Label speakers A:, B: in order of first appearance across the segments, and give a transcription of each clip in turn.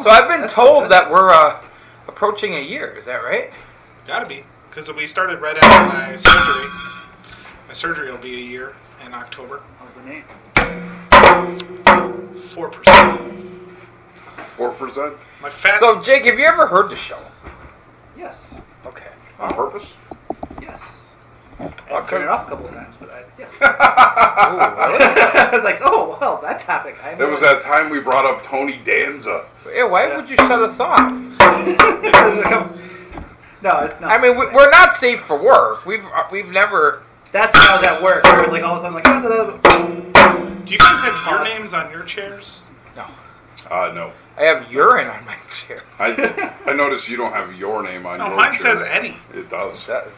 A: So I've been told that we're uh, approaching a year. Is that right?
B: Gotta be, because we started right after my surgery. My surgery will be a year in October.
C: How's the name?
B: Four percent.
D: Four percent
B: My fat.
A: So Jake, have you ever heard the show?
C: Yes.
A: Okay.
D: on purpose.
C: Yes. I
A: Okay.
C: turned it off a couple of times, but I, yes.
A: Ooh, really?
C: I was like, oh, well, that topic. I
D: There was that time we brought up Tony Danza.
A: yeah, why would you shut us off?
C: no, it's not.
A: I mean, we- we're not safe for work. We've uh, we've never.
C: That's how that worked. It was like all of a sudden, like, "Ah, da, da, da."
B: Do you guys have your names on your chairs?
A: No,
D: Uh, no.
A: I have urine on my chair.
D: I I noticed you don't have your name on
B: No,
D: your
B: mine
D: chair.
B: says Eddie.
D: It does.
A: That is-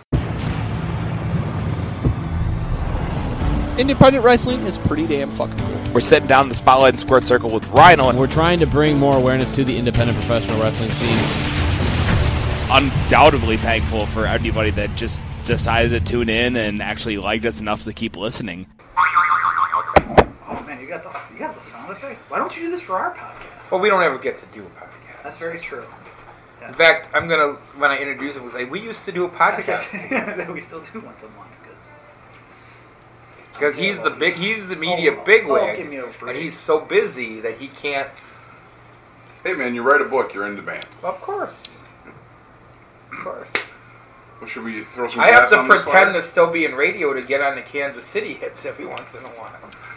E: Independent wrestling is pretty damn fucking cool.
F: We're setting down the spotlight and squared circle with Rhino.
G: We're trying to bring more awareness to the independent professional wrestling scene.
F: undoubtedly thankful for everybody that just decided to tune in and actually liked us enough to keep listening.
C: Oh man, you got the you got the sound effects. Why don't you do this for our podcast?
A: Well, we don't ever get to do a podcast.
C: That's very true.
A: In fact, I'm gonna when I introduce him, say we used to do a podcast
C: that we still do once a month because
A: because he's the big, he's the media
C: Oh, oh, give
A: bigwig,
C: me a
A: and
C: break.
A: he's so busy that he can't.
D: Hey man, you write a book, you're in demand.
A: Of course, of course.
D: Well, should we throw some?
A: I
D: gas
A: have to
D: on this
A: pretend to
D: fire?
A: still be in radio to get on the Kansas City hits every once in a while,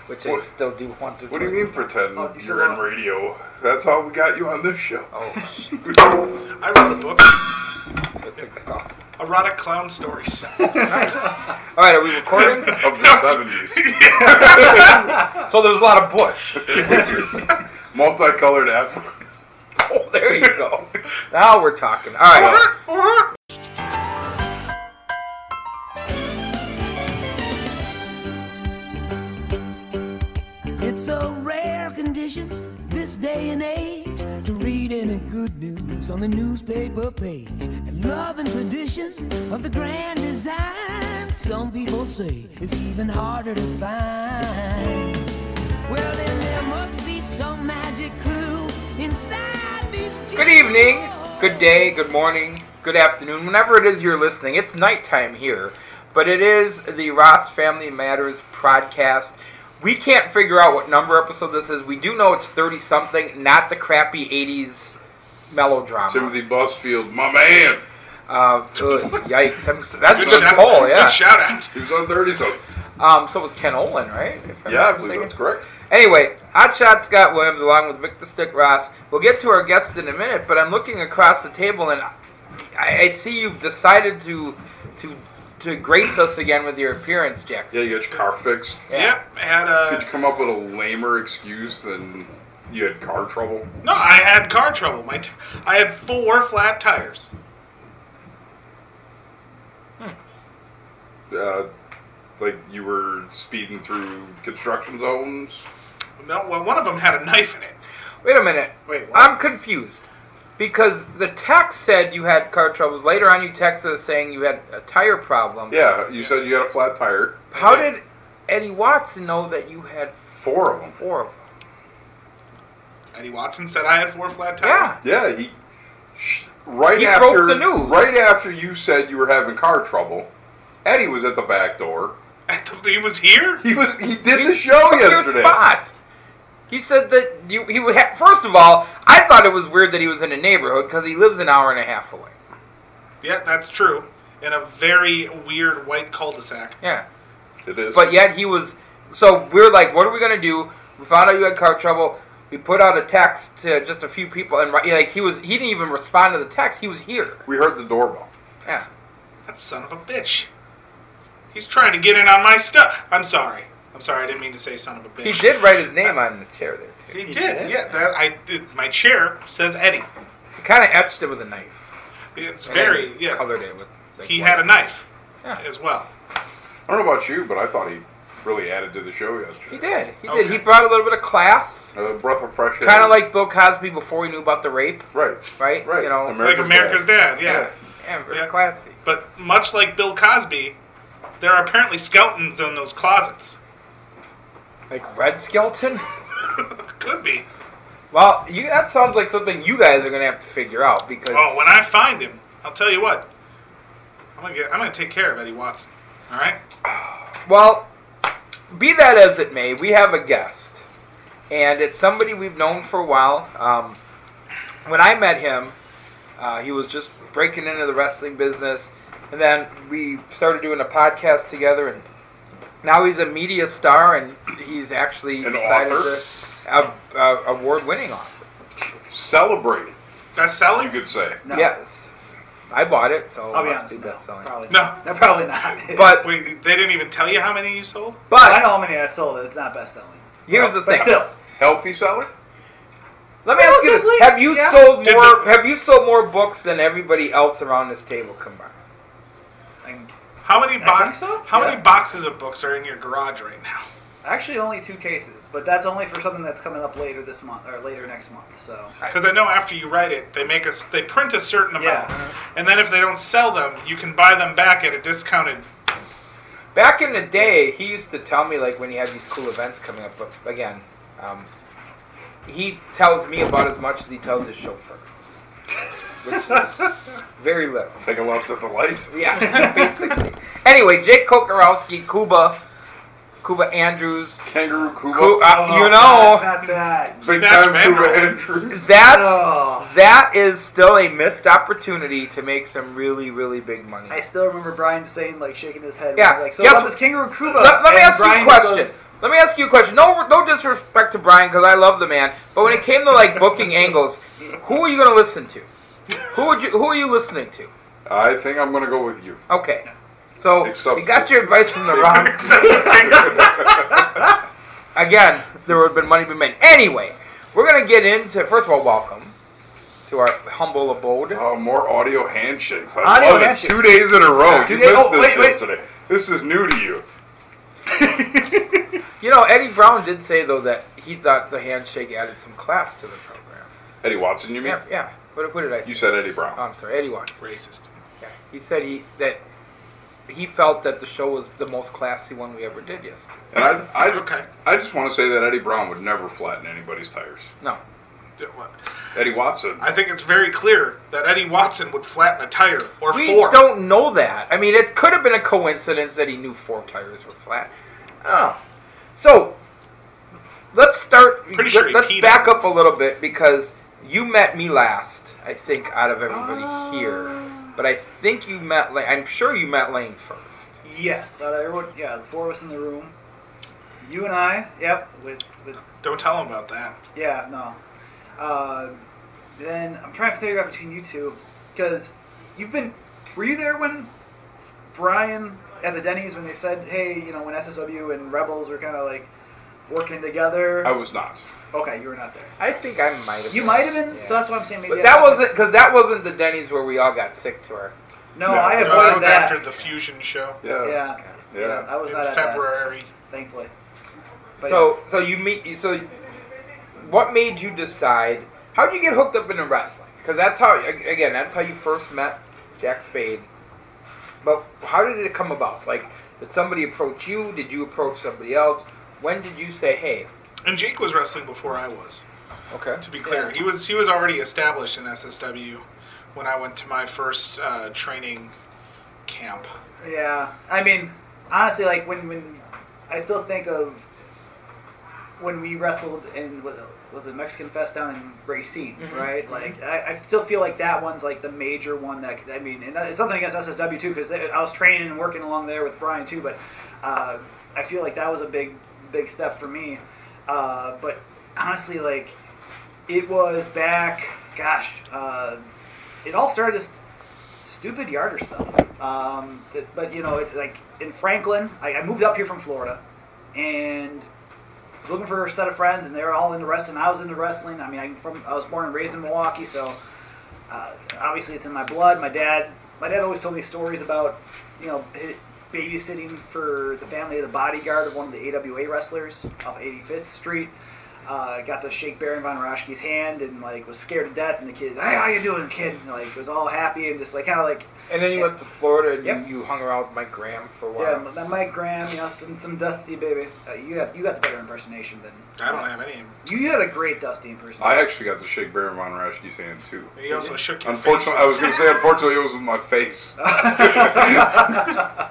A: which I
D: What-
A: still do once or
D: What do you
A: twice a
D: mean pretend
C: Oh, you said
D: you're in
C: what?
D: radio? That's how we got you on this show.
A: month. Oh, shit,
B: I wrote a book,
A: that's a god.
B: Erotic Clown Stories.
A: All right, are we recording?
D: Of the seventies,
A: so there was a lot of bush.
D: multicolored F.
A: Oh, there you go. Now we're talking. All right.
H: It's a rare condition this day and age to read any good news on the newspaper page. And love and tradition of the grand design, some people say, is even harder to find. Well, then there must be some magic clue inside these.
A: Good evening, good day, good morning, good afternoon. Whenever it is you're listening, it's nighttime here, but it is the Ross Family Matters podcast. We can't figure out what number episode this is. We do know it's 30 something, not the crappy 80s melodrama.
D: Timothy Busfield, my man.
A: Uh, ugh, yikes. I'm, that's a
B: Good
A: good
B: shout-
A: poll, yeah.
B: Good shout out.
D: He was on thirty something.
A: Um, so it was Ken Olin, right? If I'm
D: Yeah, I
A: not
D: believe
A: mistaken.
D: that's correct.
A: Anyway, Hot Shot Scott Williams along with Victor Stick Ross. We'll get to our guests in a minute, but I'm looking across the table and I, I see you've decided to to to grace us again with your appearance,
D: Yeah,
A: Jackson.
D: you got your car fixed.
B: Yep, had uh,
D: Could you
B: a
D: come up with a lamer excuse than you had car trouble?
B: no. I had car trouble. My t- I had four flat tires.
D: Uh, like you were speeding through construction zones.
B: No, well, one of them had a knife in it.
A: Wait a minute.
C: Wait, what?
A: I'm confused. Because the text said you had car troubles. Later on you texted us saying you had a tire problem.
D: Yeah, you said you had a flat tire.
A: How did Eddie Watson know that you had
D: Four of them.
A: four of them?
B: Eddie Watson said I had four flat tires.
A: Yeah.
D: Yeah, he sh- right
A: He broke
D: after
A: the news.
D: right after you said you were having car trouble. Eddie was at the back door.
B: Yeah, he was here.
D: He was he did the
A: He
D: show
A: took
D: yesterday.
A: Your spot. He said that you, he would. Ha- First of all, I thought it was weird that he was in a neighborhood because he lives an hour and a half away.
B: Yeah, that's true. In a very weird white cul-de-sac.
A: Yeah,
D: It is.
A: but yet he was. So we're like, what are we gonna do? We found out you had car trouble. We put out a text to just a few people, and right- like he was, he didn't even respond to the text. He was here.
D: we heard the doorbell.
A: Yeah.
B: That son of a bitch. He's trying to get in on my stuff. I'm sorry. I'm sorry. I didn't mean to say son of a bitch.
A: He did write his name on the chair there. Too.
B: He, did. Yeah. That, I. It, my chair says Eddie.
A: He kind of etched it with a knife.
B: It's
A: and
B: very.
A: then
B: Yeah.
A: Colored it with. like,
B: He
A: white.
B: had a knife
A: Yeah.
B: as well.
D: I don't know about you, but I thought he really added to the show yesterday.
A: He did. He did.
B: Okay.
A: He brought a little bit of class,
D: A breath of fresh air.
A: kind of like Bill Cosby before he knew about the rape.
D: right,
A: right?
D: right.
A: You know,
B: like America's Dad. Yeah.
A: yeah, very
B: Yeah.
A: classy.
B: But much like Bill Cosby, there are apparently skeletons in those closets.
A: Like Red Skeleton?
B: Could be.
A: Well, you, that sounds like something you guys are going to have to figure out because
B: Oh, when I find him, I'll tell you what. I'm gonna get, I'm gonna take care of Eddie Watson. All right.
A: Well, be that as it may, we have a guest, and it's somebody we've known for a while. Um, when I met him, uh, he was just breaking into the wrestling business, and then we started doing a podcast together, and now he's a media star, and he's actually
D: An
A: decided
D: author?
A: to a, a award-winning author.
D: Celebrating,
B: Best selling?
D: you could say.
C: No,
A: Yes, I bought it, so
C: I'll
A: it
C: be
A: must
C: honest.
A: be
C: No,
A: best-selling.
C: probably,
B: No.
C: no, probably not.
A: But
B: Wait, they didn't even tell you how many you sold?
C: I know
A: but
C: how many I sold. It's not best selling.
A: here's the
C: But
A: thing.
C: still,
D: Healthy seller?
A: Let me ask you this:
C: Relatively,
A: Have you
C: yeah.
A: sold
B: Did
A: more?
B: the-
A: Have you sold more books than everybody else around this table combined?
C: I
B: How many
C: think
B: boxes?
C: so,
B: How
C: yeah.
B: many boxes of books are in your garage right now?
C: actually only two cases, but that's only for something that's coming up later this month or later next month. So
B: Because I know after you write it, they make us they print a certain amount,
C: Yeah.
B: and then if they don't sell them, you can buy them back at a discounted.
A: Back in the day, he used to tell me like when he had these cool events coming up. But again, um, he tells me about as much as he tells his chauffeur, which is very little.
D: Take a left at the light.
A: Yeah, basically. Anyway, Jake Kokorowski, Cuba, Cuba Andrews.
D: Kangaroo Kuba.
A: Cu- uh, you
C: not,
A: know,
C: not that.
D: Oh. Big
B: Snatch
D: time
B: Vandal.
D: Kuba Andrews.
A: that
C: Oh,
A: that is still a missed opportunity to make some really, really big money.
C: I still remember Brian just saying like shaking his head.
A: Yeah,
C: like so
A: guess-
C: about this kangaroo Kuba.
A: let, let me
C: and
A: ask you
C: Brian
A: a
C: just
A: question.
C: goes,
A: let me ask you a question. No, no disrespect to Brian because I love the man, but when it came to like booking angles, who are you going to listen to? Who would you? Who are you listening to?
D: I think I'm going to go with you.
A: Okay, so
D: Except-
A: you got your advice from the wrong. Again, there would have been money to be made. Anyway, we're going to get into first of all, welcome to our humble abode.
D: Oh, more audio handshakes. I
C: Audio
D: love
C: handshakes.
D: it. Two days in a row.
C: Two
D: you
C: days-
D: missed
C: oh,
D: this
C: wait, wait.
D: yesterday. This is new to you.
A: You know, Eddie Brown did say though that he thought the handshake added some class to the program.
D: Eddie Watson, you mean?
A: Yeah, yeah. What, what did I say?
D: You said Eddie Brown.
A: Oh, I'm sorry, Eddie Watts.
B: Racist.
A: Yeah. He said he that he felt that the show was the most classy one we ever did yesterday.
D: and I, I,
B: Okay.
D: I just want to say that Eddie Brown would never flatten anybody's tires.
A: No.
D: Eddie Watson.
B: I think it's very clear that Eddie Watson would flatten a tire or
A: We
B: 4
A: don't know that. I mean, it could have been a coincidence that he knew four tires were flat. I don't know. So, let's start.
B: Pretty sure he
A: let, us
B: peed
A: back
B: on
A: up a little bit because you met me last, I think, out of everybody here. But I think you met, La- I'm sure you met Lane first.
C: Yes, out of everyone. Yeah, the four of us in the room. You and I. Yep. With with
B: Don't tell him about that.
C: Yeah, no. Uh, then I'm trying to figure out between you two because you've been. Were you there when Brian at the Denny's when they said, "Hey, you know, when SSW and Rebels were kind of like working together"?
D: I was not.
C: okay, you were not there.
A: I think I might have
C: You
A: been.
C: might have been.
A: Yeah.
C: So that's what I'm saying. Maybe
A: But
C: I
A: that
C: thought-
A: wasn't, because that wasn't the Denny's where we all got sick to our
C: No,
D: No,
C: I
D: no,
C: avoided
B: No, that was
C: that.
B: after the fusion show
D: Yeah.
C: yeah, yeah,
D: Yeah.
C: I was
B: in
C: not at
B: February.
C: that, thankfully. But
A: so so you meet so what made you decide how would you get hooked up into wrestling because that's how ag- again that's how you first met jack spade but how did it come about like did somebody approach you did you approach somebody else when did you say hey
B: And Jake was wrestling before I was.
A: okay
B: To be clear, he was he was already established in SSW when I went to my first uh, training camp.
C: Yeah, I mean, honestly, like when when I still think of when we wrestled in what was it Mexican Fest down in Racine, right? Like I, I still feel like that one's like the major one that I mean, and it's something against SSW too because I was training and working along there with Brian too, but uh, I feel like that was a big big step for me. Uh, but honestly, like it was back, gosh, uh, it all started as stupid yarder stuff. Um, th- but you know, it's like in Franklin, I, I moved up here from Florida, and looking for a set of friends, and they were all into wrestling. I was into wrestling. I mean, I'm from I was born and raised in Milwaukee, so uh, obviously it's in my blood. My dad, my dad always told me stories about you know hi- babysitting for the family of the bodyguard of one of the AWA wrestlers off 85th Street. uh, got to shake Baron von Roschke's hand and like was scared to death. And the kid, hey, how you doing, kid? And, like was all happy and just like kind of like
A: And then you went to Florida and
C: Yep.
A: you, you hung around with Mike Graham for a while.
C: yeah, that Mike Graham, you know, some, some Dusty baby. Uh, you got you got the better impersonation than
B: I don't have any.
C: you. You had a great Dusty impersonation.
D: I actually got to shake Baron von Raschke's hand too.
B: He also shook your
D: Unfortunately,
B: face.
D: I was going to say, unfortunately, it was with my face.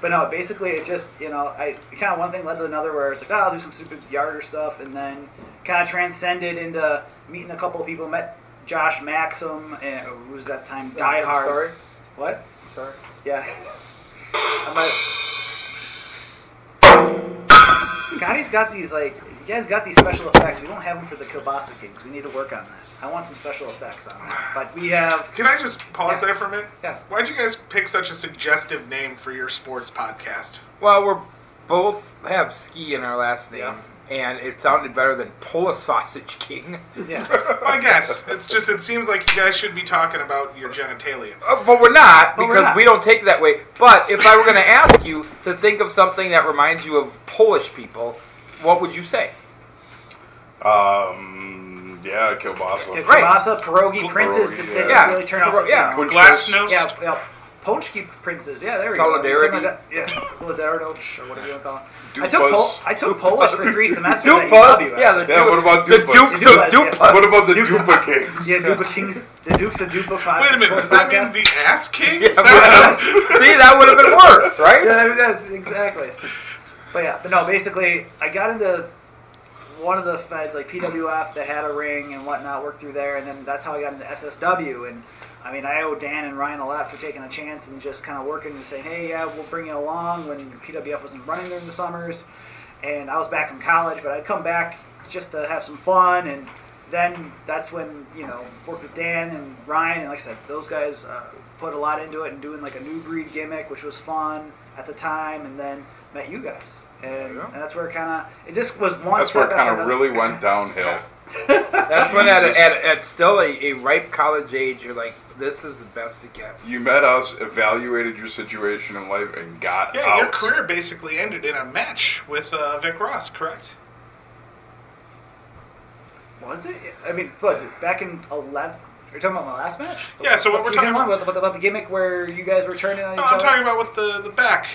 C: But no, basically it just you know I kind of one thing led to another where it's like oh, I'll do some stupid yarder stuff and then kind of transcended into meeting a couple of people. Met Josh Maxim and who was that time Die
A: I'm
C: Hard.
A: Sorry,
C: What?
A: I'm sorry.
C: Yeah. I might. Scotty's got these like you guys got these special effects. We don't have them for the Kielbasa Kings. We need to work on that. I want some special effects on that. But we have
B: Can I just pause
C: Yeah.
B: there for a minute?
C: Yeah.
B: Why'd you guys pick such a suggestive name for your sports podcast?
A: Well, we're both have ski in our last name, and it sounded better than Pull a Sausage King.
C: yeah.
B: I guess it's just it seems like you guys should be talking about your genitalia.
A: Uh, but we're not
C: But we're
A: because
C: not.
A: we don't take it that way. But if I were going to ask you to think of something that reminds you of Polish people, what would you say?
D: Um, yeah,
C: Yeah,
D: Kielbasa.
A: Right.
C: Kielbasa, pierogi, princes. This
D: yeah.
C: thing
A: Yeah.
C: really turn off.
A: Pierogi, yeah.
C: you know.
D: Punch
B: Glass
D: toast.
B: nose.
C: Yeah, yeah. Polski princes. Yeah, there we
A: Solidarity.
C: go. Something like that. Yeah, Solidarity, or whatever you want to call it. I took,
D: Dupas.
C: Pol- I took Polish for three semesters.
A: Dupas,
C: at UW.
A: yeah, the
D: Yeah,
A: Duke,
D: what about
A: the Dukes
D: Dupas?
C: Dupas,
A: of
C: yeah.
A: Dupas?
D: What about the
C: Dukes-
D: Dupa Kings?
C: Yeah, Dupa Kings, the Dukes of Dupa podcast.
B: Wait a minute, does that mean
C: podcast.
B: the ass king?
A: Yeah, well, See, that would have been worse, right?
C: yeah, that- that's exactly. But yeah, but no, basically, I got into one of the feds, like PWF, that had a ring and whatnot, worked through there, and then that's how I got into SSW. And I mean, I owe Dan and Ryan a lot for taking a chance and just kind of working and saying, hey, yeah, we'll bring you along when PWF wasn't running during the summers. And I was back from college, but I'd come back just to have some fun and. Then that's when you know worked with Dan and Ryan and like I said, those guys uh, put a lot into it and doing like a new breed gimmick, which was fun at the time. And then met you guys, and,
A: Yeah.
C: and that's where kind of it just was one
D: That's where it kind of really went downhill.
A: That's when at, at, at still a, a ripe college age, you're like, this is the best it gets.
D: You met us, evaluated your situation in life, and got
B: Yeah,
D: out.
B: your career basically ended in a match with uh, Vic Ross, correct?
C: Was it? I mean, was it back in eleven? You're talking about my last match?
B: Yeah, so what we're
C: Season
B: talking
C: one,
B: about-
C: about, the- about the gimmick where you guys were turning on
B: No,
C: each
B: I'm
C: other.
B: talking about with the the back.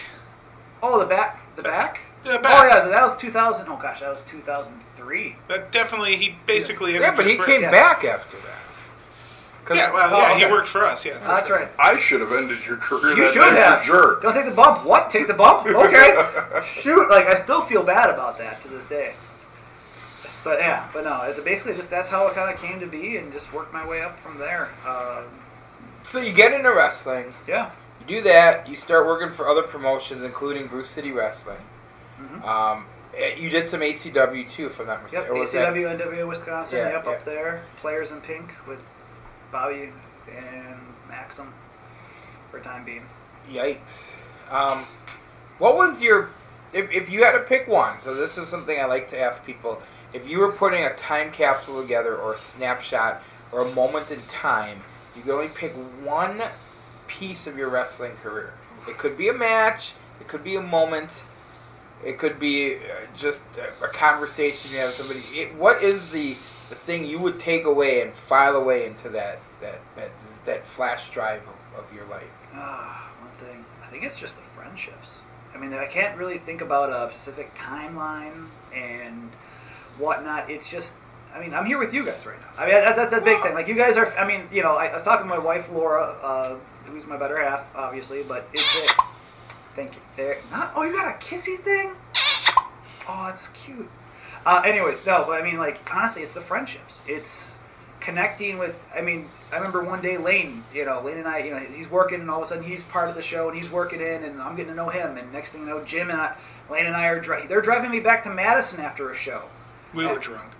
C: oh, the back, the back.
B: The back.
C: Oh yeah, that was 2000. Oh gosh, that was 2003.
B: That definitely he basically ended
A: Yeah, but
B: in
A: he
B: brick.
A: came
C: yeah.
A: back after that. 'Cause-
B: Yeah, well,
C: Oh,
B: yeah, he
C: okay.
B: worked for us. Yeah,
C: Oh, that's right.
D: I should have ended your career.
C: You
D: that
C: should
D: night for
C: have.
D: Sure.
C: Don't take the bump. What? Take the bump? Okay. Shoot. Like I still feel bad about that to this day. But yeah, but no. It's basically just that's how it kind of came to be, and just worked my way up from there. Um,
A: so you get into wrestling,
C: yeah.
A: you do that, you start working for other promotions, including Bruce City Wrestling.
C: Mhm.
A: Um, eh, you did some ACW too, if I'm not
C: Yep,
A: mistaken. Or was that-
C: ACW, NWA Wisconsin,
A: Yeah,
C: yep,
A: yeah.
C: up there. Players in Pink with Bobby and Maxim for time being.
A: Yikes. Um, what was your. If, if you had to pick one, so this is something I like to ask people. If you were putting a time capsule together or a snapshot or a moment in time, you could only pick one piece of your wrestling career. It could be a match, it could be a moment, it could be uh, just a, a conversation you have with somebody. It, what is the, the thing you would take away and file away into that, that, that, that flash drive of, of your life?
C: Ah, one thing. I think it's just the friendships. I mean, I can't really think about a specific timeline and whatnot. It's just, I mean, I'm here with you guys right now. I mean, that, that's a big thing. Like, you guys are, I mean, you know, I, I was talking to my wife, Laura, uh, who's my better half, obviously, but it's it. Thank you. There. Not, oh, you got a kissy thing? Oh, that's cute. Uh, anyways, no, but I mean, like, honestly, it's the friendships. It's connecting with. I mean, I remember one day Lane, you know, Lane and I, you know, he's working, and all of a sudden he's part of the show, and he's working in, and I'm getting to know him, and next thing you know, Jim and I, Lane and I are dri- they're driving me back to Madison after a show.
B: we were drunk.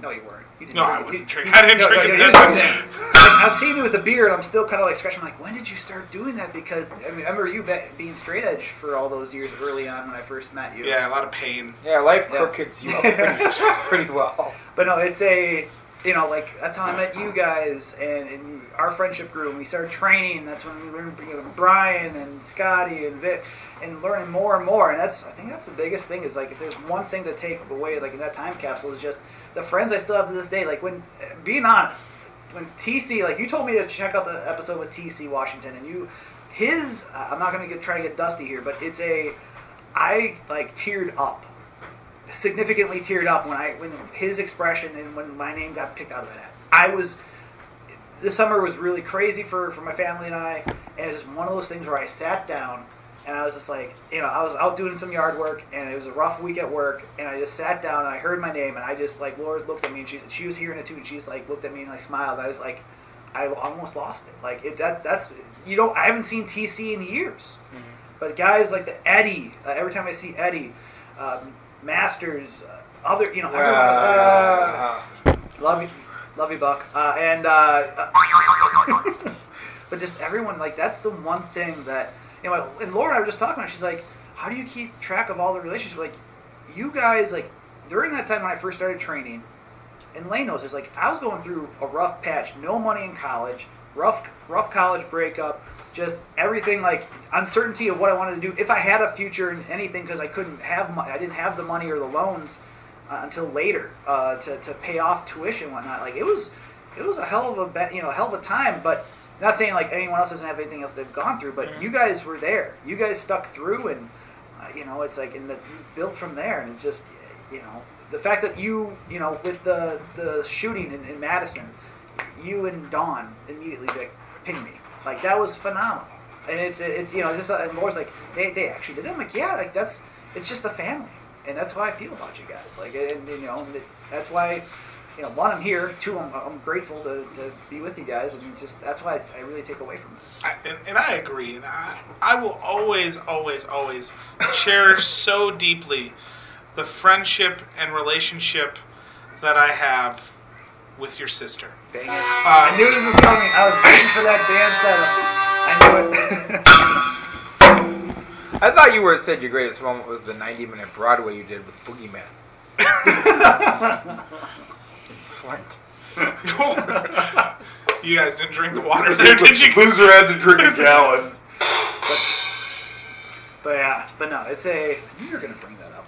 C: No, you weren't. You didn't
B: No,
C: drink-
B: I
C: you-
B: wasn't drinking. I didn't
C: no, no,
B: drink
C: no,
B: at
C: you
B: that
C: didn't
B: time.
C: drink that. Like, I've seen you with a beard. I'm still kind of like scratching. like, when did you start doing that? Because I, mean, I remember you be- being straight edge for all those years early on when I first met you.
B: Yeah, a lot of pain.
A: Yeah, life
C: Yeah.
A: crookets you up pretty, pretty well.
C: But no, it's a you know, like that's how I met you guys and, and our friendship grew and we started training. That's when we learned you know, Brian and Scotty and Vic and learning more and more. And that's I think that's the biggest thing is like if there's one thing to take away like in that time capsule is just the friends I still have to this day. Like when being honest, when TC like you told me to check out the episode with TC Washington and you his I'm not gonna get try to get dusty here, but it's a I like teared up significantly teared up when I when his expression and when my name got picked out of that. I was the summer was really crazy for for my family and I, and it's just one of those things where I sat down and I was just like, you know, I was out doing some yard work and it was a rough week at work, and I just sat down and I heard my name and I just like Laura looked at me and she she was hearing it too and she's like looked at me and like smiled. I was like. I almost lost it. Like it, that, that's you don't. I haven't seen TC in years, but guys like the Eddie. Uh, every time I see Eddie, um, Masters, uh, other you know, everyone,
A: Ah,
C: uh,
A: Uh,
C: love you, love you, Buck, uh, and uh, uh, but just everyone like that's the one thing that you know. And Laura, and I were just talking about. She's like, how do you keep track of all the relationships? Like, you guys like during that time when I first started training, and Lane knows this. Like, I was going through a rough patch, no money in college, rough rough college breakup. Just everything like uncertainty of what I wanted to do. If I had a future in anything, because I couldn't have, mo- I didn't have the money or the loans uh, until later uh, to, to pay off tuition and whatnot. Like it was, it was a hell of a ba- you know a hell of a time. But not saying like anyone else doesn't have anything else they've gone through. But you guys were there. You guys stuck through, and uh, you know it's like and the built from there. And it's just you know the fact that you you know with the the shooting in, in Madison, you and Dawn immediately like ping me. Like that was phenomenal. And it's it's you know it's just and Laura's like they, they actually did. that. I'm like yeah like that's it's just the family, and that's how I feel about you guys. Like and you know and that's why you know one I'm here, two I'm, I'm grateful to, to be with you guys, and it's just that's why I, I really take away from this.
B: I, and, and I agree, and I, I will always, always, always cherish so deeply the friendship and relationship that I have with your sister.
C: Dang it! I
B: Uh,
C: knew this was coming. I was waiting for that damn setup. I knew it.
A: I thought you would have said your greatest moment was the 90 minute Broadway you did with Boogeyman. Flint.
B: you guys didn't drink the water there, did you?
D: Loser had to drink a gallon.
C: But yeah, but no, it's a. I knew you were gonna bring that up.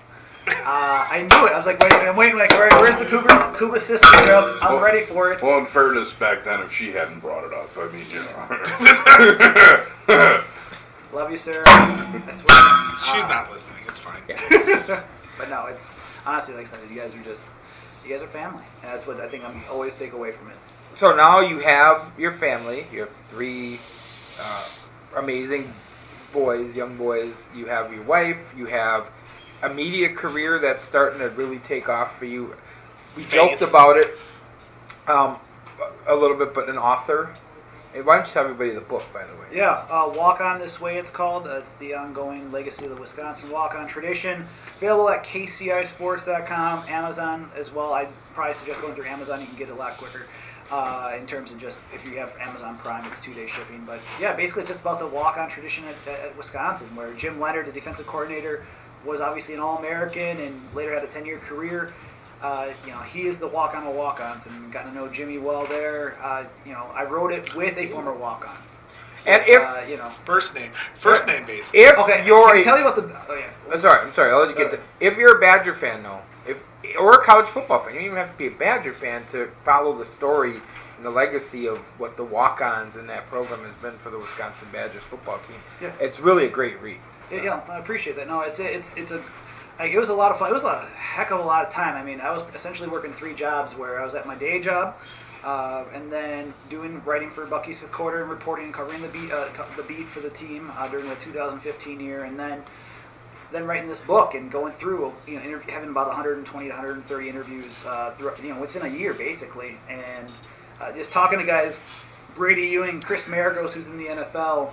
C: Uh, I knew it. I was like, wait, I'm waiting. Like, where, where's the Cooper's Cuba sister? Girl? I'm ready for it.
D: Well, in fairness, back then, if she hadn't brought it up, I mean, you know.
C: Love you, sir. I swear. Uh,
B: She's not listening. It's fine.
C: But no, it's honestly like I said, you guys are just, you guys are family, and that's what I think I'm always take away from it.
A: So now you have your family. You have three uh, amazing boys, young boys. You have your wife. You have a media career that's starting to really take off for you. We joked about it um, a little bit, but an author. Hey, why don't you tell everybody the book, by the way?
C: Yeah, uh, Walk On This Way, it's called. Uh, it's the ongoing legacy of the Wisconsin Walk On tradition. Available at kcisports.com, Amazon as well. I'd probably suggest going through Amazon. You can get it a lot quicker uh, in terms of just if you have Amazon Prime, it's two day shipping. But yeah, basically, it's just about the walk on tradition at, at, at Wisconsin, where Jim Leonard, the defensive coordinator, was obviously an All American and later had a 10 year career uh, you know, he is the walk on of walk ons and got to know Jimmy well there. Uh, you know, I wrote it with a former walk on.
A: And if
C: uh, you know,
B: First name. First name basis.
A: if
C: okay,
A: you're
C: can
A: a-
C: I tell you about the. Oh, yeah.
A: I'm sorry, I'm sorry. I'll let you get to. If you're a Badger fan, though, if or a college football fan, you don't even have to be a Badger fan to follow the story and the legacy of what the walk-ons in that program has been for the Wisconsin Badgers football team.
C: Yeah.
A: It's really a great read.
C: Yeah, yeah, I appreciate that. No, it's a, it's it's a. Like, it was a lot of fun. It was a heck of a lot of time. I mean, I was essentially working three jobs where I was at my day job, uh, and then doing writing for Bucky's Fifth Quarter and reporting and covering the beat uh, co- the beat for the team uh, during the 2015 year, and then then writing this book and going through, you know, interview, having about 120 to 130 interviews, uh, throughout, you know, within a year basically, and uh, just talking to guys, Brady Ewing, Chris Maragos, who's in the NFL,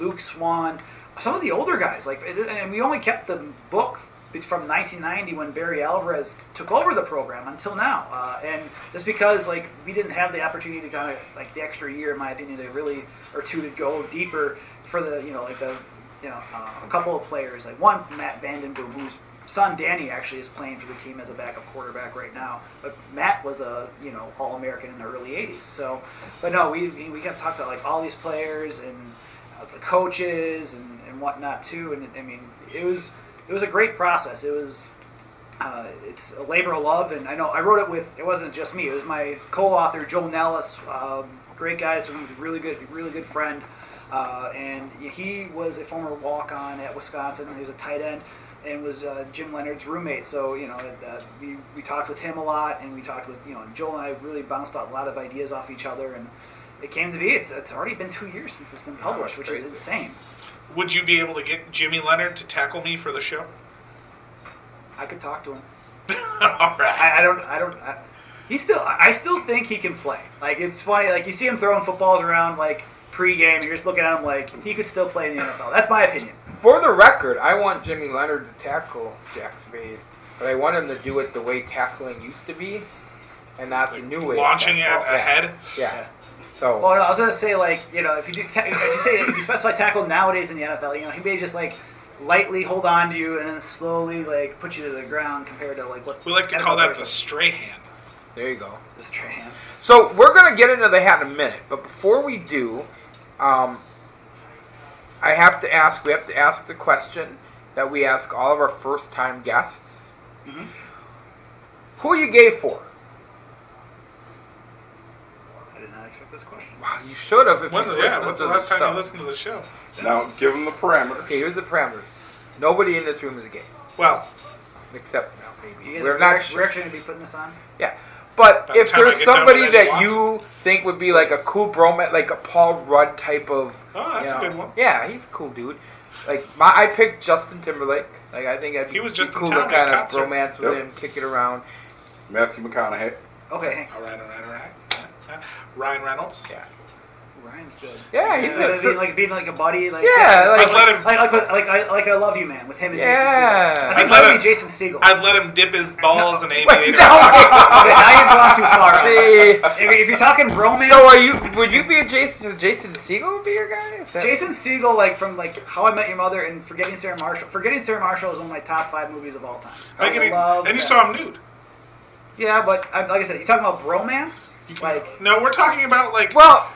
C: Luke Swan, some of the older guys. Like, it, and we only kept the book from 1990 when Barry Alvarez took over the program until now. Uh, and just because like we didn't have the opportunity to kind of like the extra year, in my opinion, to really or two to go deeper for the you know like the you know uh, a couple of players like one Matt Vandenberg who's son Danny actually is playing for the team as a backup quarterback right now. But Matt was a you know All American in the early '80s. So, but no, we we we kept talking to like all these players and uh, the coaches and, and whatnot too. And I mean, it was it was a great process. It was uh, it's a labor of love, and I know I wrote it with. It wasn't just me; it was my co-author Joel Nellis, um, great guy, so he's a really good, really good friend. Uh, and he was a former walk-on at Wisconsin. He was a tight end, and was uh, Jim Leonard's roommate. So you know, uh, we we talked with him a lot, and we talked with you know Joel and I really bounced out a lot of ideas off each other, and it came to be. It's it's already been two years since it's been published, which is insane.
B: Would you be able to get Jimmy Leonard to tackle me for the show?
C: I could talk to him.
B: All right.
C: I, I don't. I don't. I, he still. I still think he can play. Like it's funny. Like you see him throwing footballs around like pregame. You're just looking at him like he could still play in the NFL. That's my opinion.
A: For the record, I want Jimmy Leonard to tackle Jack Spade, but I want him to do it the way tackling used to be, and not the new way. of
B: Launching it
A: tackle. Yeah.
B: ahead.
A: Yeah. So
C: Well, Oh, no, I was gonna say like you know if you do ta- if you say if you specify tackle nowadays in the NFL, you know he may just like lightly hold on to you and then slowly like put you to the ground compared to like what
B: We like to
C: NFL
B: call that
C: players
B: the
C: like.
B: stray hand.
A: there you go.
C: the Strahan.
A: So we're gonna get into the hat in a minute, but before we do, um, I have to ask. We have to ask the question that we ask all of our first-time guests:
B: Mm-hmm.
A: Who are you gay for?
C: I did not expect this question.
A: Wow, you should have. If
B: When,
A: you
B: yeah,
A: listened
B: when's
A: to
B: the last time
A: show.
B: you listened to the show?
D: Now give them the parameters.
A: Okay, here's the parameters. Nobody in this room is gay,
B: Well,
A: except now
C: You
A: maybe
C: guys
A: we're
C: are-
A: not
C: We're
A: sure.
C: actually gonna be putting this on.
A: Yeah, but
B: By the
A: if
B: time I
A: there's
B: get done with
A: somebody
B: Eddie
A: that
B: Watson.
A: you think would be like a cool bromance, like a Paul Rudd type of.
B: Oh, that's
A: you
B: a
A: know-
B: good one.
A: Yeah, he's a cool dude. Like my, I picked Justin Timberlake. Like I think I'd be,
B: He was
A: be
B: just in
A: cool
B: town
A: to
B: at
A: kind of
B: concert.
A: bromance with
D: Yep.
A: him, kick it around.
D: Matthew McConaughey.
C: Okay, hang.
B: all right, all right, all right. Uh, Ryan Reynolds.
A: Yeah,
C: Ryan's good.
A: Yeah, he's
C: like,
A: a-
C: being, like being like a buddy. Like
A: Yeah,
C: like
A: like-
B: Let him-
C: like, like, like, like, I, like I love you, man. With him and
A: Yeah.
C: Jason. Segel. I
B: I'd
C: think
B: let
C: that would
B: him-
C: be Jason Segel.
B: I'd let him dip his balls in
A: Wait,
B: aviator.
A: no.
C: okay, now you've gone too far.
A: See,
C: If, if you're talking romance,
A: so are you? Would you be a Jason? Would Jason Segel be your guy? Is that-
C: Jason Segel, like from like How I Met Your Mother and Forgetting Sarah Marshall. Forgetting Sarah Marshall is one of my top five movies of all time.
B: Like,
C: I
B: and, he-
C: love.
B: and you
C: that.
B: saw him nude.
C: Yeah, but I, like I said, you're talking about bromance. Like
B: No, we're talking about like.
A: Well,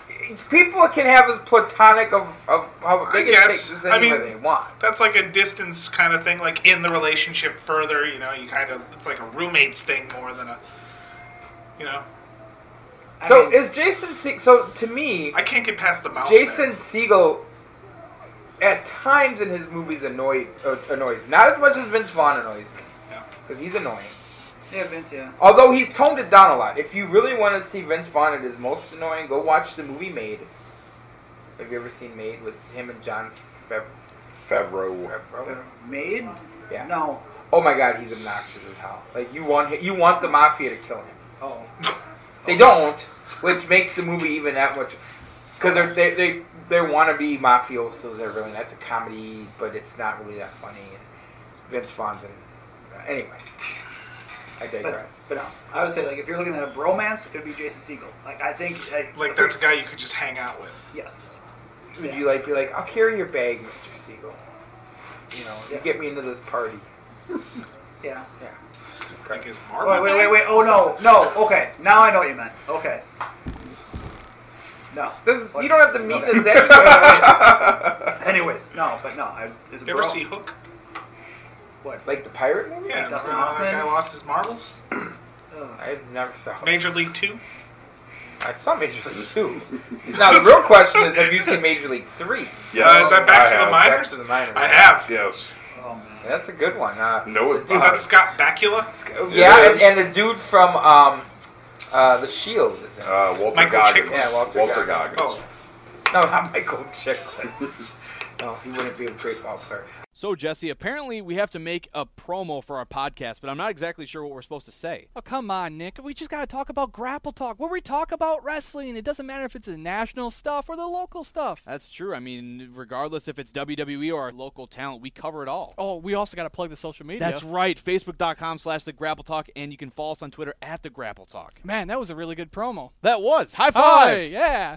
A: people can have as platonic of, of how they can
B: guess.
A: take this
B: I mean-
A: anywhere they want.
B: that's like a distance kind of thing, like in the relationship further. You know, you kind of it's like a roommates thing more than a. You know,
C: I
A: So
C: mean,
A: is Jason Se- so to me,
B: I can't get past the mouth.
A: Jason
B: there.
A: Segel at times in his movies annoy uh, annoys me. not as much as Vince Vaughn annoys me
B: Yeah.
A: because he's annoying.
C: yeah, Vince, yeah.
A: Although he's toned it down a lot. If you really want to see Vince Vaughn at his most annoying, go watch the movie Made. Have you ever seen Made with him and John Feb-
D: Favreau.
A: Favreau?
C: Made?
A: Yeah.
C: No.
A: Oh my God, he's obnoxious as hell. Like you want you want the mafia to kill him.
C: Oh.
A: They don't, which makes the movie even that much. Because they they they want to be mafiosos. They're really that's a comedy, but it's not really that funny. And Vince Vaughn's in. Anyway, I
C: But,
A: digress.
C: but no, I would say like if you're looking at a bromance, it would be Jason Segel. Like I think I,
B: like that's a guy you could just hang out with.
C: yes.
A: Would you like be like, I'll carry your bag, Mister Siegel. You know, you
C: Yeah.
A: get me into this party.
C: Yeah.
A: Yeah.
B: Like his Marvel.
C: Wait, wait, wait,
B: guy?
C: wait. Oh no, no. Okay, now I know what you meant. Okay. No.
A: This, you don't have to meet
C: Okay.
A: this anyway.
C: Anyways, no, but no. I, it's a
B: You ever
C: bro-
B: see Hook?
C: what?
A: like the pirate movie.
B: Yeah,
C: Dustin
B: remember how that
C: Hoffman?
B: guy lost his marbles.
C: Ugh.
A: I never saw. it.
B: Major League Two.
A: I saw Major League Two. now the real question is, have you seen Major League Three?
D: Yes,
B: Uh, is that Back
D: I
B: to the
D: have.
B: Minors?
A: Back to the minors.
B: I have.
D: Yes.
C: Oh man.
A: That's a good one. Uh,
D: No, it's
B: Was
D: not.
B: that Scott Bakula?
A: Yeah,
D: It
A: and,
D: is.
A: and the dude from um, uh, the Shield is in. it.
D: Uh, Walter
B: Michael
D: Goggins.
B: Chiklis.
A: Yeah, Walter Goggins.
B: Oh,
A: no, not Michael Chiklis. no, he wouldn't be a great ball player.
G: So, Jesse, apparently we have to make a promo for our podcast, but I'm not exactly sure what we're supposed to say. Oh, come on, Nick. We just got to talk about grapple talk, where we talk about wrestling. It doesn't matter if it's the national stuff or the local stuff. That's true. I mean, regardless if it's WWE or our local talent, we cover it all.
I: Oh, we also got to plug the social media.
G: That's right. Facebook.com slash The Grapple Talk, and you can follow us on Twitter at The Grapple Talk.
I: man, that was a really good promo.
G: That was. High
I: Hi, yeah.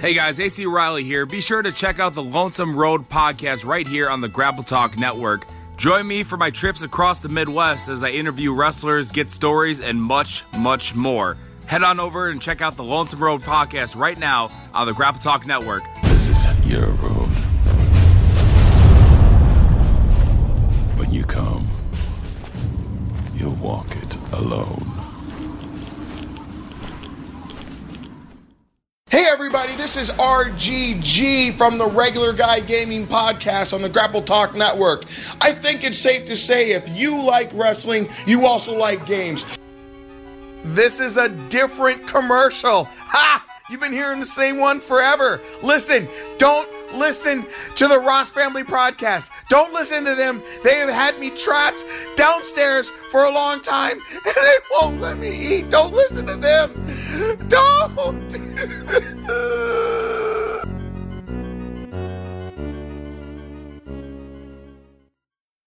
J: Hey guys, AC Riley here. Be sure to check out the Lonesome Road podcast right here on the Grapple Talk Network. Join me for my trips across the Midwest as I interview wrestlers, get stories, and much, much more. Head on over and check out the Lonesome Road podcast right now on the Grapple Talk Network.
K: This is your room. When you come, you walk it alone.
L: Hey everybody, this is RGG from the Regular Guy Gaming Podcast on the Grapple Talk Network. I think it's safe to say if you like wrestling, you also like games. This is a different commercial. Ha! You've been hearing the same one forever. Listen, don't listen to the Ross Family Podcast. Don't listen to them. They have had me trapped downstairs for a long time and they won't let me eat. Don't listen to them. Don't.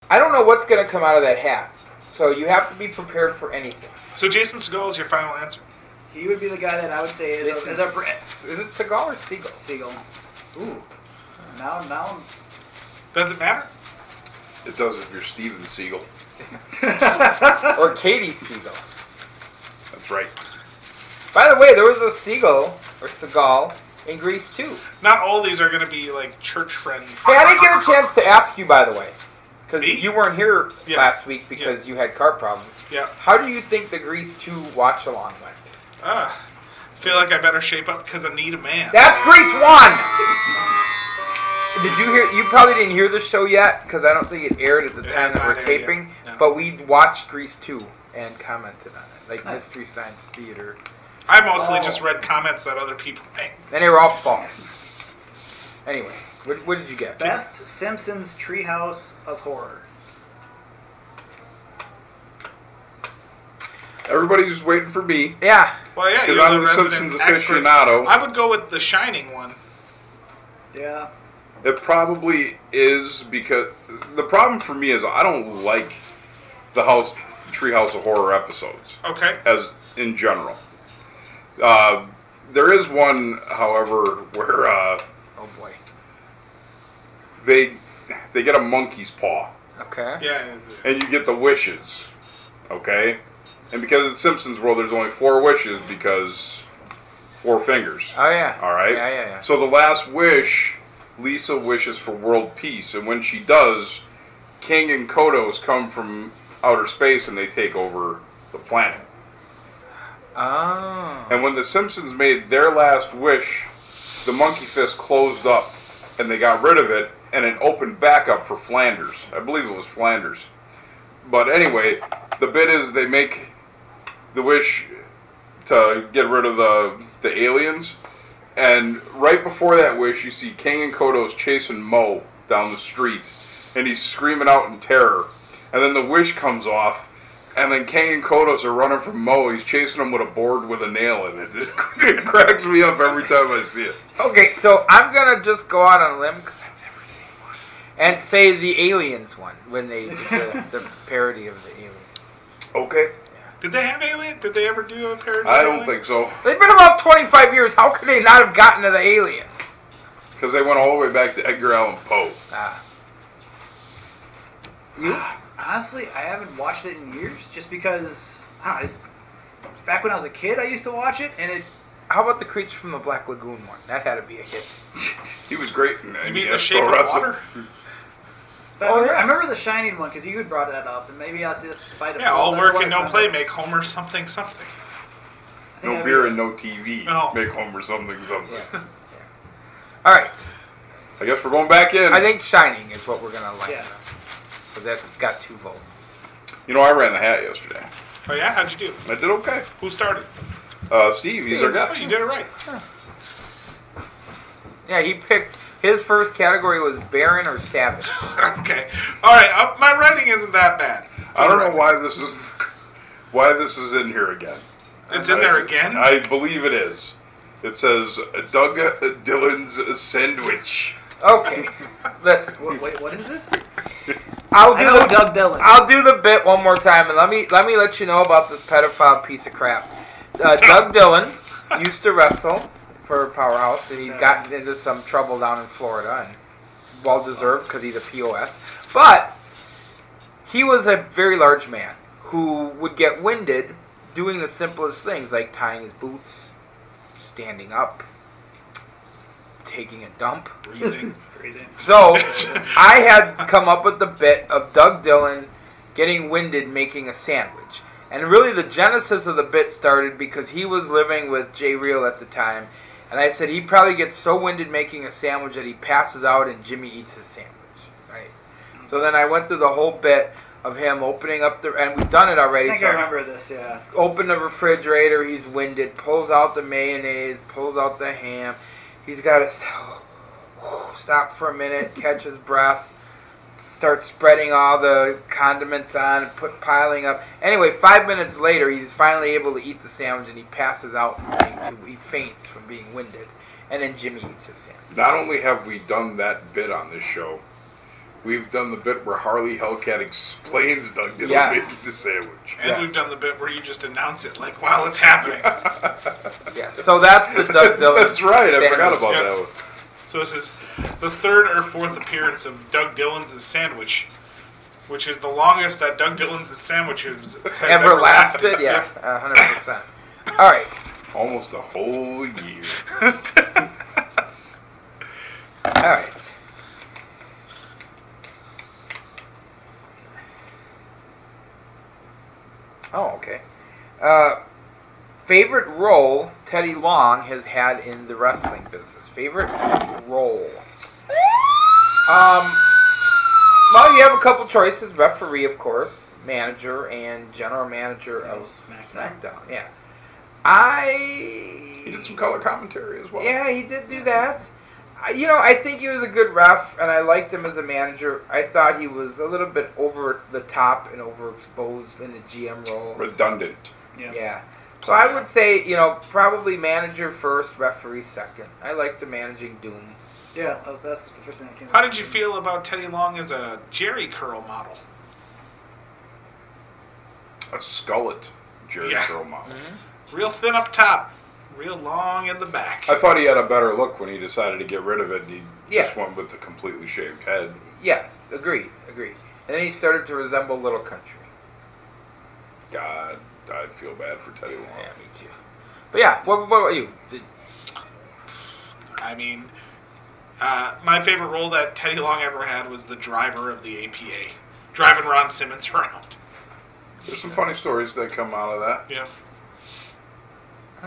A: I don't know what's going to come out of that hat, so you have to be prepared for anything.
B: So Jason Segal is your final answer.
C: He would be the guy that I would say is a, is a Brit.
A: Is it Seagal or Seagal?
C: Seagal. Ooh. Now, now
B: Does it matter? Oh.
D: It does if you're Steven Seagal.
A: or Katie Seagal.
D: That's right.
A: By the way, there was a Seagal or Seagal in Greece too.
B: Not all these are going to be like church friends.
A: Hey, I didn't get a chance to ask you, by the way, because you weren't here last week because you had car problems.
B: Yeah.
A: How do you think the Grease 2 watch along went?
B: Ah, I feel like I better shape up because I need a man.
A: That's Grease 1! Did you hear? You probably didn't hear the show yet because I don't think it aired at the time that we're
B: not aired yet,
A: taping. But we watched Grease 2 and commented on it, like
B: Nice.
A: Mystery Science Theater.
B: I mostly
A: Oh.
B: just read comments that other people make.
A: And they were all false. Anyway, what, what did you get?
C: best Simpsons Treehouse of Horror.
D: Everybody's just waiting for me.
A: Yeah.
B: Well, yeah,
D: Because
B: you're
D: I'm
B: the
D: a
B: resident
D: Simpsons
B: expert.
D: aficionado.
B: I would go with the Shining one.
C: Yeah.
D: It probably is because the problem for me is I don't like the house treehouse of horror episodes.
B: Okay.
D: As in general, uh, there is one, however, where uh,
A: oh boy,
D: they they get a monkey's paw
A: Okay.
B: Yeah.
D: and you get the wishes, okay. And because it's Simpsons world, there's only four wishes because four fingers.
A: Oh yeah.
D: All right.
A: Yeah, yeah, yeah.
D: So the last wish, Lisa wishes for world peace, and when she does, King and Kodos come from outer space and they take over the planet.
A: Oh.
D: And when the Simpsons made their last wish, the Monkey Fist closed up, and they got rid of it, and it opened back up for Flanders. I believe it was Flanders. But anyway, the bit is they make the wish to get rid of the the aliens, and right before that wish, you see King and Kodos chasing Mo down the street, and he's screaming out in terror. And then the wish comes off, and then Kang and Kodos are running from Mo. He's chasing him with a board with a nail in it. It, cracks me up every time I see it.
A: Okay, so I'm gonna just go out on a limb because I've never seen one, and say the aliens one when they did the, the parody of the alien.
D: Okay.
B: Did they have Alien? Did they ever do a parody?
D: I
B: of
D: don't
B: Alien?
D: think so
A: They've been about 25 years. How could they not have gotten to the alien?
D: because they went all the way back to Edgar Allan Poe.
A: Ah.
C: Honestly, I haven't watched it in years just because, I don't know, it's, back when I was a kid, I used to watch it and it.
A: How about the creature from the Black Lagoon one? That had to be a hit.
D: He was great. In
B: You mean
D: NES
B: The Shape of
D: wrestling.
B: Water? Oh,
C: But I, remember, I remember the Shining one because you had brought that up and maybe I was just by default.
B: Yeah, all
C: that's
B: work
C: what I
B: and no
C: remember.
B: play make Homer something something.
D: No beer and no TV. Make Homer something something.
A: All right.
D: I guess we're going back in.
A: I think Shining is what we're gonna like.
B: Yeah.
A: So that's got two votes.
D: You know, I ran the hat yesterday.
B: Oh yeah, how'd you do?
D: I did okay.
B: Who started?
D: Uh, Steve, he's our
B: Oh,
D: guy.
B: you did it right.
A: Yeah, he picked his first category was Baron or Savage.
B: okay. All right. Uh, my writing isn't that bad.
D: I don't know why this is why this is in here again.
B: It's in there again?
D: I believe it is. It says Doug Dylan's sandwich.
A: Okay. Listen. Wait,
C: what is this?
A: I'll do
C: I know
A: the,
C: Doug Dylan.
A: I'll do the bit one more time, and let me let me let you know about this pedophile piece of crap. Uh, Doug Dillon used to wrestle for Powerhouse, and he's gotten into some trouble down in Florida, and well deserved because he's a pos. But he was a very large man who would get winded doing the simplest things like tying his boots, standing up, taking a dump, breathing. So I had come up with the bit of Doug Dillon getting winded making a sandwich. And really, the genesis of the bit started because he was living with Jay Real at the time. And I said he probably gets so winded making a sandwich that he passes out and Jimmy eats his sandwich. Right? So then I went through the whole bit of him opening up the. And we've done it already.
C: I think
A: so
C: I remember this. Yeah.
A: open the refrigerator. He's winded. Pulls out the mayonnaise. Pulls out the ham. He's got to stop for a minute, catch his breath, start spreading all the condiments on, and put piling up. Anyway, five minutes later, he's finally able to eat the sandwich, and he passes out from being too. He faints from being winded, and then Jimmy eats his sandwich.
D: Not only have we done that bit on this show, we've done the bit where Harley Hellcat explains Doug Dillon
A: Yes.
D: making the sandwich.
B: And we've done the bit where you just announce it, like, wow, it's happening.
A: Yeah, so that's the Doug Dillon.
D: That's right, I forgot
A: sandwich.
D: about
B: Yeah.
D: that one.
B: So this is the third or fourth appearance of Doug Dillon's The Sandwich, which is the longest that Doug Dillon's The Sandwich has, has
A: Ever
B: ever
A: lasted? Yeah, a hundred percent. All right.
D: Almost a whole year.
A: All right. Oh, okay. Uh, favorite role Teddy Long has had in the wrestling business. Favorite role. Um. Well, you have a couple choices: referee, of course, manager, and general manager of SmackDown. Yeah. I.
D: He did some color commentary as well.
A: Yeah, he did do that. I- You know, I think he was a good ref, and I liked him as a manager. I thought he was a little bit over the top and overexposed in the GM role.
D: Redundant.
A: Yeah. So I would say, you know, probably manager first, referee second. I liked the managing Doom.
C: Yeah. That was, that's the first thing that came.
B: How did you feel about Teddy Long as a Jerry curl model?
D: A skullet Jerry
B: Yeah.
D: Curl model.
B: Real thin up top, real long in the back.
D: I thought he had a better look when he decided to get rid of it and he
A: Yeah.
D: just went with the completely shaved head.
A: Yes, agreed, agreed. And then he started to resemble Little Country.
D: God, I feel bad for Teddy Long.
A: Yeah, me too. But yeah, what, what about you? Did,
B: I mean, uh, my favorite role that Teddy Long ever had was the driver of the APA, driving Ron Simmons around.
D: There's some funny stories that come out of that.
B: Yeah.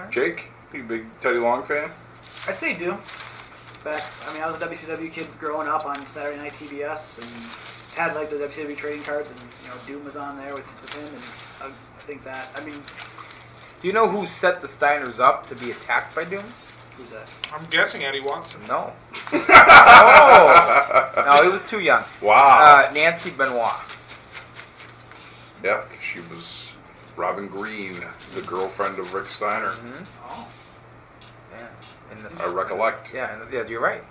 D: Jake, you a big Teddy Long fan?
C: I say do. Back, I mean, I was a WCW kid growing up on Saturday Night TBS and had like the WCW trading cards, and you know, Doom was on there with, with him, and I, I think that. I mean,
A: do you know who set the Steiners up to be attacked by Doom?
C: who's that?
B: I'm guessing Eddie Watson.
A: No. no. No, he was too young.
D: Wow.
A: Uh, Nancy Benoit.
D: Yep, she was Robin Green, the girlfriend of Rick Steiner.
A: Mm-hmm. Yeah. In the
D: I recollect.
A: Yeah, and- yeah, you're right.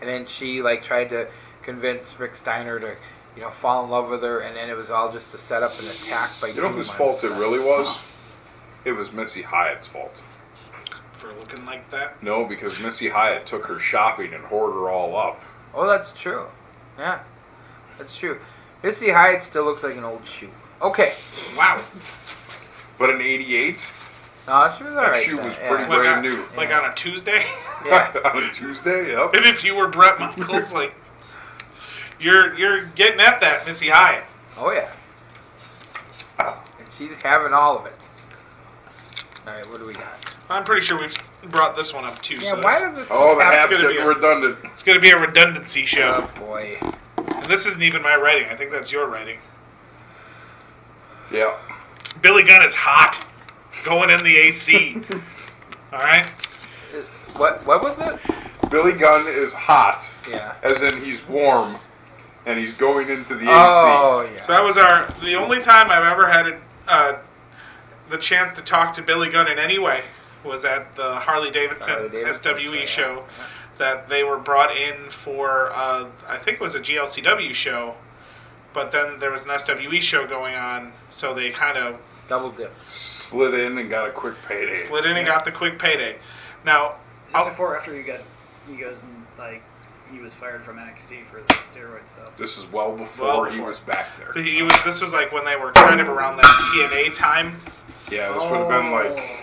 A: And then she like tried to convince Rick Steiner to, you know, fall in love with her, and then it was all just to set up an attack by.
D: You know
A: Doom
D: whose
A: on
D: fault it
A: Steiner.
D: really was? It was Missy Hyatt's fault.
B: For looking like that.
D: No, because Missy Hyatt took her shopping and hoard her all up.
A: Oh, that's true. Yeah, that's true. Missy Hyatt still looks like an old shoe. Okay.
B: Wow.
D: But in '88,
A: No, she was
D: that
A: alright.
D: shoe
A: then,
D: was
A: yeah.
D: pretty brand new.
B: Like on a Tuesday?
A: Yeah.
D: on a Tuesday, yep.
B: and if you were Brett Michaels, like, you're you're getting at that, Missy Hyatt.
A: Oh yeah. And she's having all of it. All right, what do we got?
B: I'm pretty sure we've brought this one up too.
A: Yeah,
B: so
A: why
B: it's,
A: does this?
D: Oh,
A: keep
D: the
A: happening?
D: hat's
B: gonna be
D: getting
B: a-
D: redundant.
B: it's going to be a redundancy show.
A: Oh boy.
B: And this isn't even my writing. I think that's your writing.
D: Yeah.
B: Billy Gunn is hot, going in the AC. All right.
A: What? What was it?
D: Billy Gunn is hot,
A: Yeah.
D: as in he's warm, and he's going into the AC.
A: Oh yeah.
B: So that was our the only time I've ever had uh, the chance to talk to Billy Gunn in any way was at the Harley Davidson
A: Harley Davidson
B: SWE
A: show,
B: show that they were brought in for uh, I think it was a GLCW show, but then there was an SWE show going on, so they kind of
A: Double dip.
D: Slid in and got a quick payday.
B: slid in and got the quick payday. Now,
C: Is this
B: I'll-
C: before or after you got you guys like he was fired from NXT for the steroid stuff.
D: This is well before,
B: Well
D: he
B: before.
D: was back there.
B: The- He was, this was like when they were kind of around like TNA time.
D: Yeah, this would have been
C: Oh.
D: like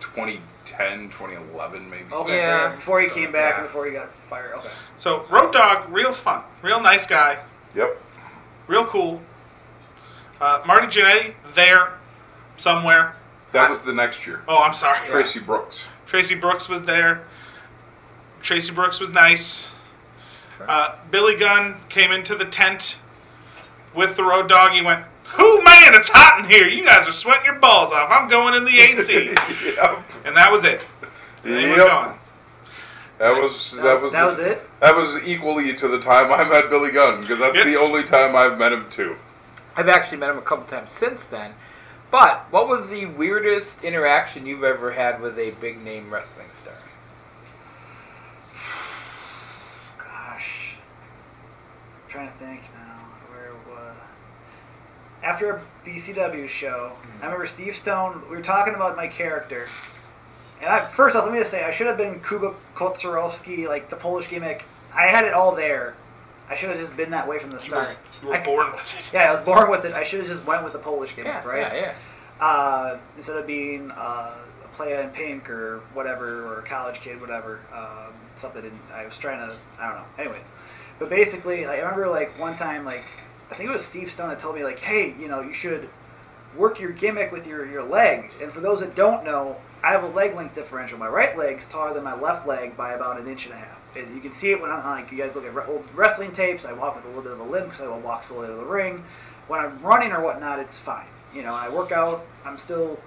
D: 2010, 2011 maybe.
C: Okay, so yeah, before he came back and before he got fired. Okay.
B: So Road Dog, real fun, real nice guy.
D: Yep.
B: Real cool. Uh, Marty Jannetty there, somewhere.
D: That was the next year.
B: Oh, I'm sorry.
D: Tracy Brooks.
B: Tracy Brooks was there. Tracy Brooks was nice. Uh, Billy Gunn came into the tent with the road dog. He went, "Who man, it's hot in here. You guys are sweating your balls off. I'm going in the AC." And that was it. And he was
D: Yep.
B: gone.
D: That was that was
B: that was
C: it.
D: That was equally to the time I met Billy Gunn because that's the only time I've met him too.
A: I've actually met him a couple times since then. But what was the weirdest interaction you've ever had with a big name wrestling star?
C: Gosh, I'm trying to think now. Where was after a BCW show?
B: Hmm.
C: I remember Steve Stone. We were talking about my character, and I, first off, let me just say I should have been Kuba Kotsarowski, like the Polish gimmick. I had it all there. I should have just been that way from the start.
B: You were
C: I-
B: born with it.
C: Yeah, I was born with it. I should have just went with the Polish gimmick,
B: Yeah,
C: right?
B: yeah, yeah.
C: Uh, instead of being uh, a playa in pink or whatever, or a college kid, whatever, um, stuff that didn't, I was trying to, I don't know. Anyways, but basically, I remember like one time, like I think it was Steve Stone that told me, like, hey, you know, you should work your gimmick with your, your leg. And for those that don't know, I have a leg length differential. My right leg's taller than my left leg by about an inch and a half. As you can see it when I'm like, you guys look at re- old wrestling tapes, I walk with a little bit of a limp because I will walk slowly to the ring. When I'm running or whatnot, it's fine. You know, I work out, I'm still,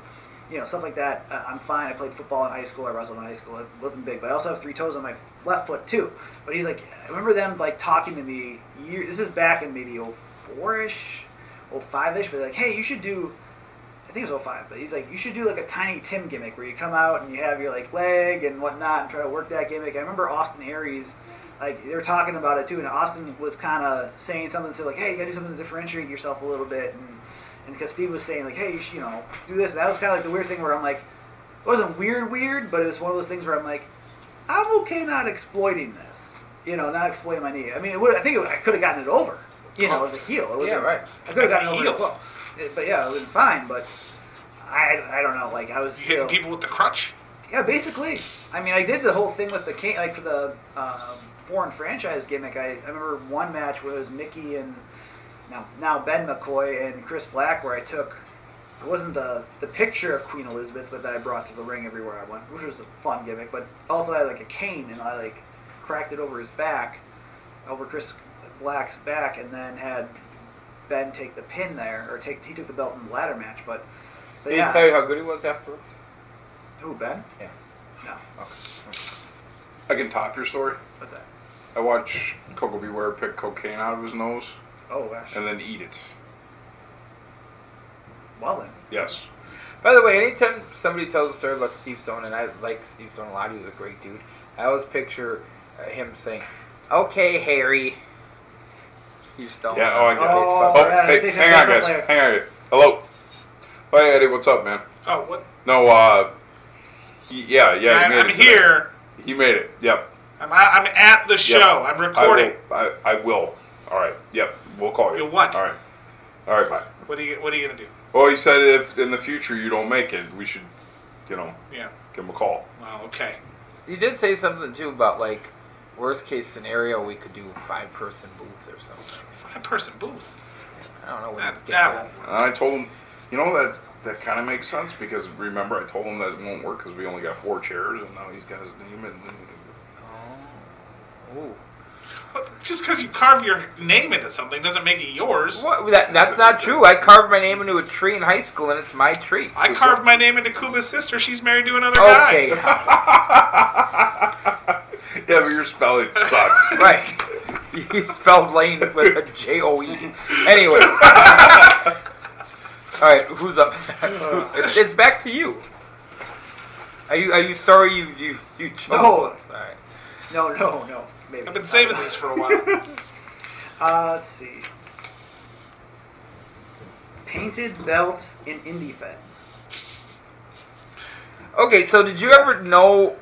C: you know, stuff like that. I- I'm fine. I played football in high school, I wrestled in high school, it wasn't big, but I also have three toes on my left foot too. But he's like, I remember them like talking to me, year, this is back in maybe 04 ish, 05 ish, but like, hey, you should do I think it was 05, but he's like, you should do like a Tiny Tim gimmick where you come out and you have your like leg and whatnot and try to work that gimmick. I remember Austin Aries, like they were talking about it too, and Austin was kind of saying something to like, hey, you gotta do something to differentiate yourself a little bit, and and because Steve was saying like, hey, you, should, you know, do this. And that was kind of like the weird thing where I'm like, it wasn't weird, weird, but it was one of those things where I'm like, I'm okay not exploiting this, you know, not exploiting my knee. I mean, it would, I think it, would- I could have gotten it over, you know, as a heel. It would've
A: Oh. Yeah,
C: been-
A: right.
C: I could
A: As
C: have
A: a
C: gotten over
A: heel.
C: it well. It- But yeah, it would have been fine. But I, I don't know. Like I was
B: You hitting
C: still-
B: people with the crutch.
C: yeah, basically. I mean, I did the whole thing with the cane, like for the um, foreign franchise gimmick. I, I remember one match where it was Mickey and now now Ben McCoy and Chris Black, where I took it wasn't the the picture of Queen Elizabeth, but that I brought to the ring everywhere I went, which was a fun gimmick. But also I had like a cane and I like cracked it over his back, over Chris Black's back, and then had Ben take the pin there, or take he took the belt in the ladder match, but. but
A: Did
C: yeah.
A: he tell you how good he was afterwards?
C: Who Oh, Ben?
A: Yeah.
C: No.
D: I can top your story.
C: What's that?
D: I watched Coco Beware pick cocaine out of his nose
C: Oh gosh.
D: and then eat it.
C: Well then.
D: Yes.
A: By the way, anytime somebody tells a story about Steve Stone, and I like Steve Stone a lot, he was a great dude. I always picture uh, him saying, "Okay, Harry." Steve Stone.
D: Yeah, oh, I get it.
A: Baseball
D: Oh,
A: player.
D: hey, hang on, guys. Hang on, guys. Hello. Hey, Eddie, what's up, man?
B: Oh, what?
D: No, uh, he, yeah, yeah.
B: I'm-
D: he made
B: I'm
D: it today.
B: here.
D: He made it. Yep.
B: I'm, I'm at the show.
D: Yep.
B: I'm recording.
D: I will. I, I will. All right. Yep. We'll call you.
B: You what?
D: All right. All right. Bye.
B: What are you What are you gonna do?
D: Well, he said if in the future you don't make it, we should, you know,
B: Yeah.
D: give him a call.
B: Wow. Okay.
A: You did say something too about like worst case scenario, we could do five person booth or something.
B: Five person booth.
A: I don't know what he was getting
B: that
A: at.
D: And I told him, you know that that kind of makes sense because remember I told him that it won't work because we only got four chairs and now he's got his name and.
A: Ooh.
B: What- Just because you carve your name into something doesn't make it yours.
A: What? That, that's not true. I carved my name into a tree in high school, and it's my tree.
B: I carved my name into Kuba's sister. She's married to another
A: Okay.
B: guy.
D: Yeah, but your spelling sucks.
A: right. You spelled Lane with a J O E. Anyway. All right, who's up? next? it's, it's back to you. Are you are you sorry you you you chose?
C: No.
A: us? All right.
C: No, no, no. Maybe.
B: I've been saving these for a while.
C: Uh, let's see. Painted belts in indie feds.
A: Okay, so did you ever know?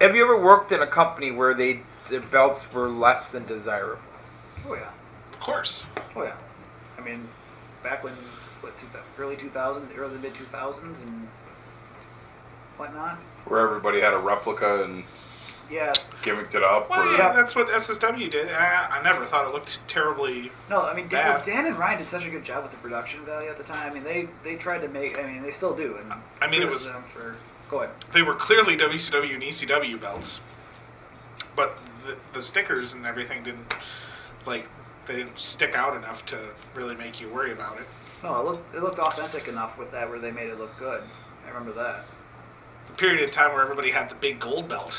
A: Have you ever worked in a company where they the belts were less than desirable.
C: Oh yeah.
B: Of course.
C: Oh yeah. I mean, back when what two, early 2000s, early mid 2000s, and whatnot.
D: Where everybody had a replica and
C: Yeah.
D: gimmicked it up.
B: Well,
D: or-
B: yeah, that's what SSW did. I, I never thought it looked terribly.
C: No, I mean Dan,
B: bad.
C: Dan and Ryan did such a good job with the production value at the time. I mean, they they tried to make. I mean, they still do. And
B: I mean, it
C: kudos
B: was-
C: to them for go ahead.
B: They were clearly WCW and ECW belts, but the, the stickers and everything didn't like they didn't stick out enough to really make you worry about it.
C: No, it looked it looked authentic enough with that where they made it look good. I remember that.
B: The period of time where everybody had the big gold belt,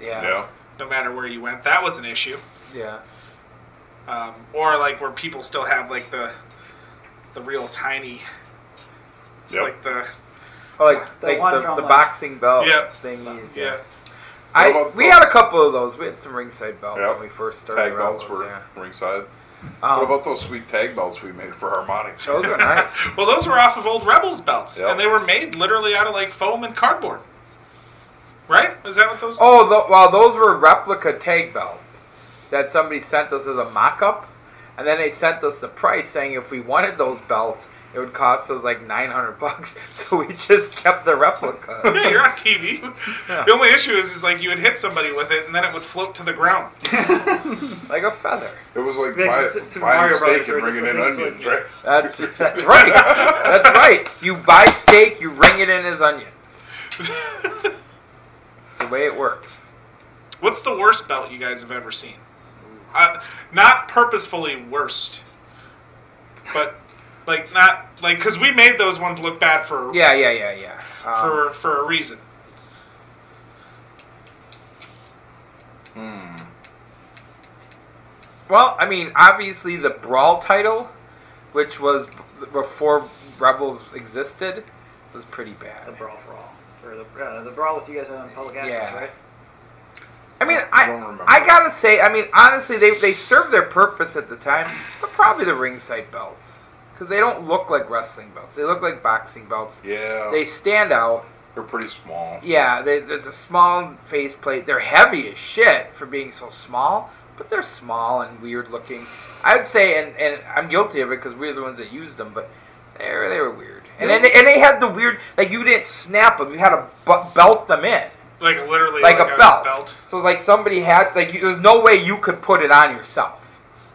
D: Yeah.
B: no matter where you went, that was an issue.
A: Yeah.
B: Um, or like where people still have like the the real tiny,
D: Yep.
B: like the
A: Oh, like
B: The
A: like
B: one
A: the,
B: from,
A: the
B: uh,
A: boxing belt
B: Yeah.
A: thingies.
B: Yeah.
A: I
D: about
A: we
D: the-
A: had a couple of those. We had some ringside belts
D: Yep.
A: when we first started.
D: Tag
A: around
D: belts
A: those,
D: were
A: yeah.
D: ringside.
A: Um,
D: what about those sweet tag belts we made for harmonics?
A: Those are nice.
B: well, those were off of old Rebels belts,
D: Yep.
B: and they were made literally out of like foam and cardboard. Right? Is that what those?
A: Oh, tho- well, those were replica tag belts that somebody sent us as a mock-up, and then they sent us the price, saying if we wanted those belts, it would cost us like nine hundred bucks. So we just kept the
B: yeah,
A: replica.
B: you're on TV. The only issue is, is like you would hit somebody with it, and then it would float to the ground.
A: like a feather.
D: It was like
A: Yeah,
D: buy,
A: it's- it's
D: buying
A: Mario
D: steak
A: Brothers
D: and
A: were just
D: bringing
A: the
D: in
A: things
D: onions, right?
A: That's that's right. That's right. You buy steak, you ring it in as onions. It's the way it works.
B: What's the worst belt you guys have ever seen? Uh, not purposefully worst, but like not like because we made those ones look bad for
A: Yeah, yeah, yeah, yeah. Um,
B: for for a reason.
D: Hmm.
A: Well, I mean, obviously the Brawl title, which was b- before Rebels existed, was pretty
C: The
A: bad.
C: brawl for all, or the uh, the brawl with you guys on public access,
A: Yeah.
C: right?
A: I mean,
D: I
A: I
D: don't remember.
A: I gotta say, I mean, honestly, they they served their purpose at the time, but probably the ringside belts because they don't look like wrestling belts. They look like boxing belts.
D: Yeah.
A: They stand out.
D: They're pretty small.
A: Yeah, they, there's a small faceplate. They're heavy as shit for being so small, but they're small and weird looking. I would say, and, and I'm guilty of it because we're the ones that used them, but they were, they were weird. And then they, and they had the weird, like you didn't snap them, you had to bu- belt them in.
B: Like literally,
A: Like, a, belt. So it's like somebody had, like you, there's no way you could put it on yourself.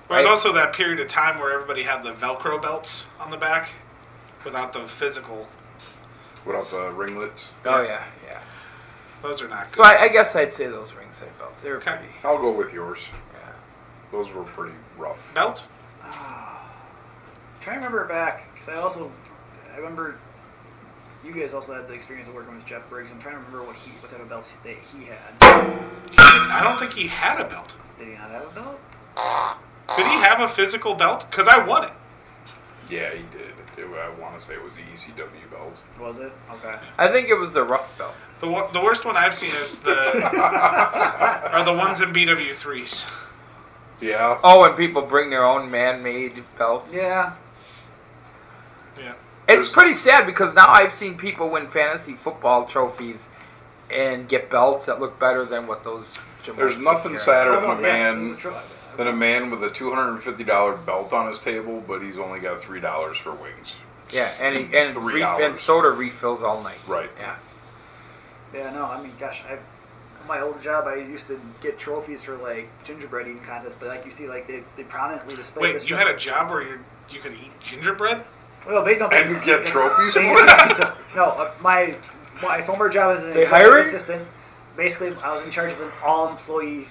B: There was
A: Right.
B: also that period of time where everybody had the Velcro belts on the back, without the physical.
D: Without the ringlets.
A: Oh, yeah, yeah.
B: Those are not good.
A: So I, I guess I'd say those ringside belts. They were
B: Okay.
A: pretty.
D: I'll go with yours.
A: Yeah.
D: Those were pretty rough.
B: belt.
C: I'm trying to Ah. remember back because I also I remember you guys also had the experience of working with Jeff Briggs. I'm trying to remember what he what type of belts that he had.
B: I don't think he had a belt.
C: Did he not have a belt?
B: Did he have a physical belt? Because I won it.
D: Yeah, he did. It, I want to say it was the E ECW belt.
C: Was it okay?
A: I think it was the Rust Belt.
B: The, wo- the worst one I've seen is the are the ones in BW threes.
D: Yeah.
A: Oh, and people bring their own man-made belts.
C: Yeah.
B: Yeah.
A: It's pretty sad because now I've seen people win fantasy football trophies and get belts that look better than what those. Jamaican
D: There's nothing
A: carry.
D: sadder than
C: Oh,
D: a
C: yeah,
D: man
C: this is true.
D: than a man with a two hundred and fifty dollar belt on his table, but he's only got three dollars for wings.
A: Yeah, and and,
D: Three
A: ref- and
D: hours.
A: soda refills all night.
D: Right.
A: Yeah.
C: Yeah, no, I mean, gosh, I my old job, I used to get trophies for like gingerbread eating contests, but like you see, like they, they prominently display.
B: Wait,
C: this
B: you had a job where you you could eat gingerbread?
C: well, they don't
D: And you get trophies
C: They-
D: for it?
C: no, uh, my my former job as an
A: They
C: executive
A: hiring?
C: assistant, basically, I was in charge of an all employee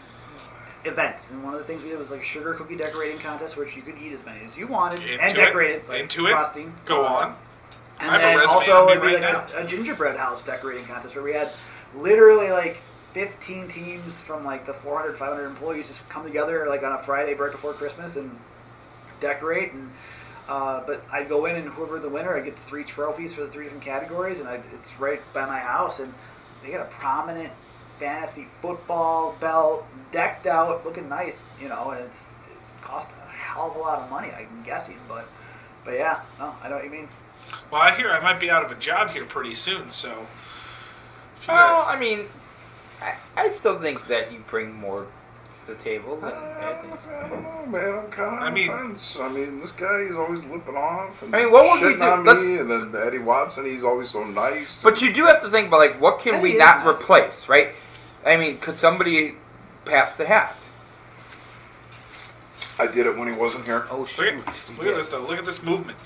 C: events, and one of the things we did was like a sugar cookie decorating contest, which you could eat as many as you wanted and
B: Into it.
C: decorate it, like
B: Into it.
C: frosting.
B: Go
C: Uh,
B: on.
C: And
B: I have a
C: then
B: resume
C: also
B: on me
C: it'd be
B: right
C: like a, a gingerbread house decorating contest where we had literally like 15 teams from like the 400, 500 employees just come together like on a Friday right before Christmas and decorate. And uh, but I'd go in and whoever the winner, I get three trophies for the three different categories, and I, it's right by my house. And they got a prominent fantasy football belt decked out, looking nice, you know, and it's it cost a hell of a lot of money, I'm guessing, but. But yeah, no, I know what you mean.
B: Well, I hear I might be out of a job here pretty soon, so. if you
A: Well,
B: got-
A: I mean, I, I still think that you bring more the table. Then I, think.
D: Oh man, I'm kind of on
B: I mean-
D: the fence. I mean, this guy he's always lipping off. And
A: I mean, what would we
D: shitting
A: do?
D: on
A: Let's-
D: me, and then Eddie Watson, he's always so nice.
A: But you do have to think about like what can we
D: Eddie is
A: not
D: nice.
A: replace, right? I mean, could somebody pass the hat?
D: I did it when he wasn't here.
A: Oh
B: Look at, look at this though. Look at this movement.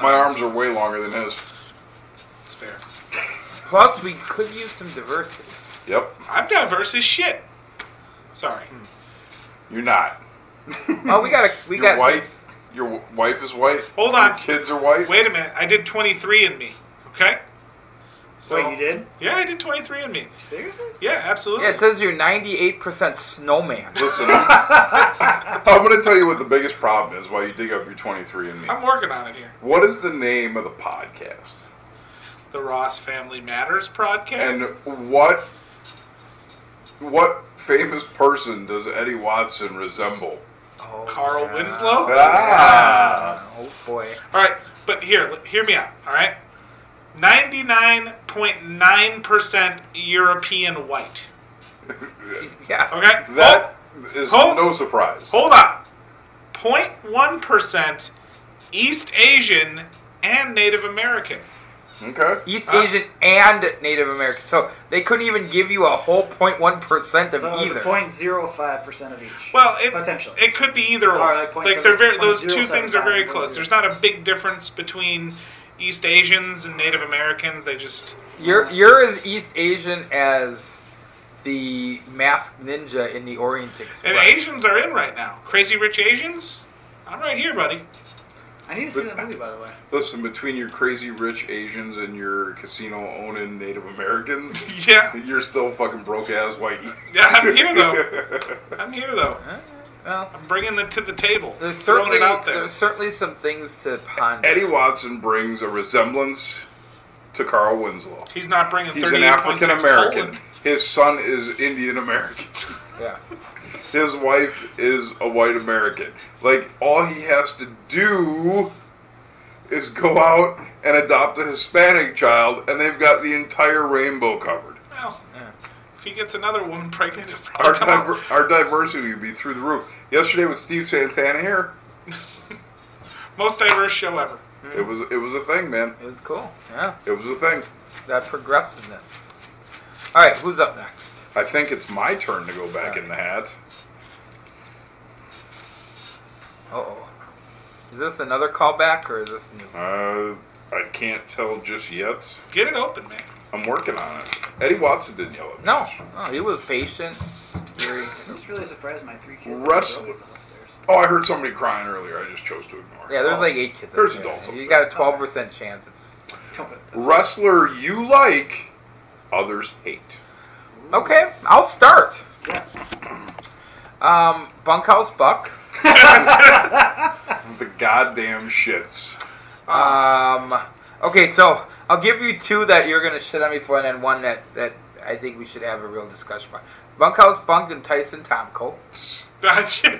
D: My arms are way longer than his.
B: It's fair.
A: Plus, we could use some diversity.
D: Yep.
B: I'm diverse as shit. Sorry.
D: You're not.
A: Oh, we got a we
D: You're
A: got
D: white. Your w- wife is white.
B: Hold on.
D: Kids are white.
B: Wait a minute. I did 23 in me. Okay.
C: Wait, you did?
B: Yeah, I did 23 in me.
C: Seriously?
B: Yeah, absolutely.
A: Yeah, it says you're 98% snowman.
D: Listen, I'm going to tell you what the biggest problem is. While you dig up your 23 and me,
B: I'm working on it here.
D: what is the name of the podcast?
B: The Ross Family Matters podcast.
A: uh,
D: And what what famous person does Eddie Watson resemble?
B: Oh, Carl Winslow.
D: Ah.
A: Oh boy.
B: All right, but here, l- hear me out. All right, ninety-nine point nine percent European white.
A: Yeah.
B: Okay.
D: That is
B: Hold-
D: no surprise.
B: Hold on. 0.1 percent East Asian and Native American.
D: Okay.
A: East
B: Huh?
A: Asian and Native American. So they couldn't even give you a whole 0.1% of
C: So it's
A: either.
C: point zero five percent of each.
B: Well, it,
C: Potentially.
B: it could be either or.
C: Or like
B: Like,
C: 0.7
B: they're very, those two
C: 0.075,
B: things are very close.
C: 0.0.
B: There's not a big difference between East Asians and Native Americans. They just
A: You're, you're as East Asian as the masked ninja in the Orient Express.
B: and Asians are in right now. Crazy Rich Asians. I'm right here, buddy.
C: I need to see that movie, by the way.
D: Listen, between your crazy rich Asians and your casino owning Native Americans,
B: Yeah,
D: you're still fucking broke ass white.
B: yeah. I'm here though. I'm here though.
A: Well,
B: I'm bringing it to the table.
A: there's
B: throwing
A: certainly,
B: it out there.
A: there's certainly some things to ponder.
D: Eddie Watson brings a resemblance to Carl Winslow.
B: He's not bringing.
D: He's an
B: 38.6
D: African American.
B: Poland.
D: His son is Indian American.
A: Yeah.
D: His wife is a white American. Like all he has to do is go out and adopt a Hispanic child, and they've got the entire rainbow covered.
B: Well, if he gets another woman pregnant, he'll
D: Our,
B: probably Oh, come out.
D: diver- our diversity would be through the roof. Yesterday with Steve Santana here,
B: most diverse show ever.
D: it was it was a thing, man.
A: It was cool. Yeah.
D: It was a thing.
A: That progressiveness. All right, who's up next?
D: I think it's my turn to go back in the hat.
A: Uh-oh. Is this another callback or is this new?
D: Uh, I can't tell just yet.
B: Get it open, man.
D: I'm working on it. Eddie Watson didn't yell at me.
A: No. Oh, he was patient. Very.
C: I'm just really surprised my three kids.
D: Wrestling.
C: Wrestling. Upstairs.
D: Oh, I heard somebody crying earlier. I just chose to ignore. it. Oh.
A: Yeah, there's like eight kids. up
D: There's
A: there.
D: adults up
A: You
D: there.
A: got a 12% chance. It's
C: Don't-
D: Wrestler you like, others hate.
A: okay. I'll start.
C: Yeah.
A: Um, Bunkhouse Buck.
D: The goddamn shits. Ah.
A: Um, okay, so I'll give you two that you're gonna shit on me for, and then one that that I think we should have a real discussion about. Bunkhouse Bunk and Tyson Tomko.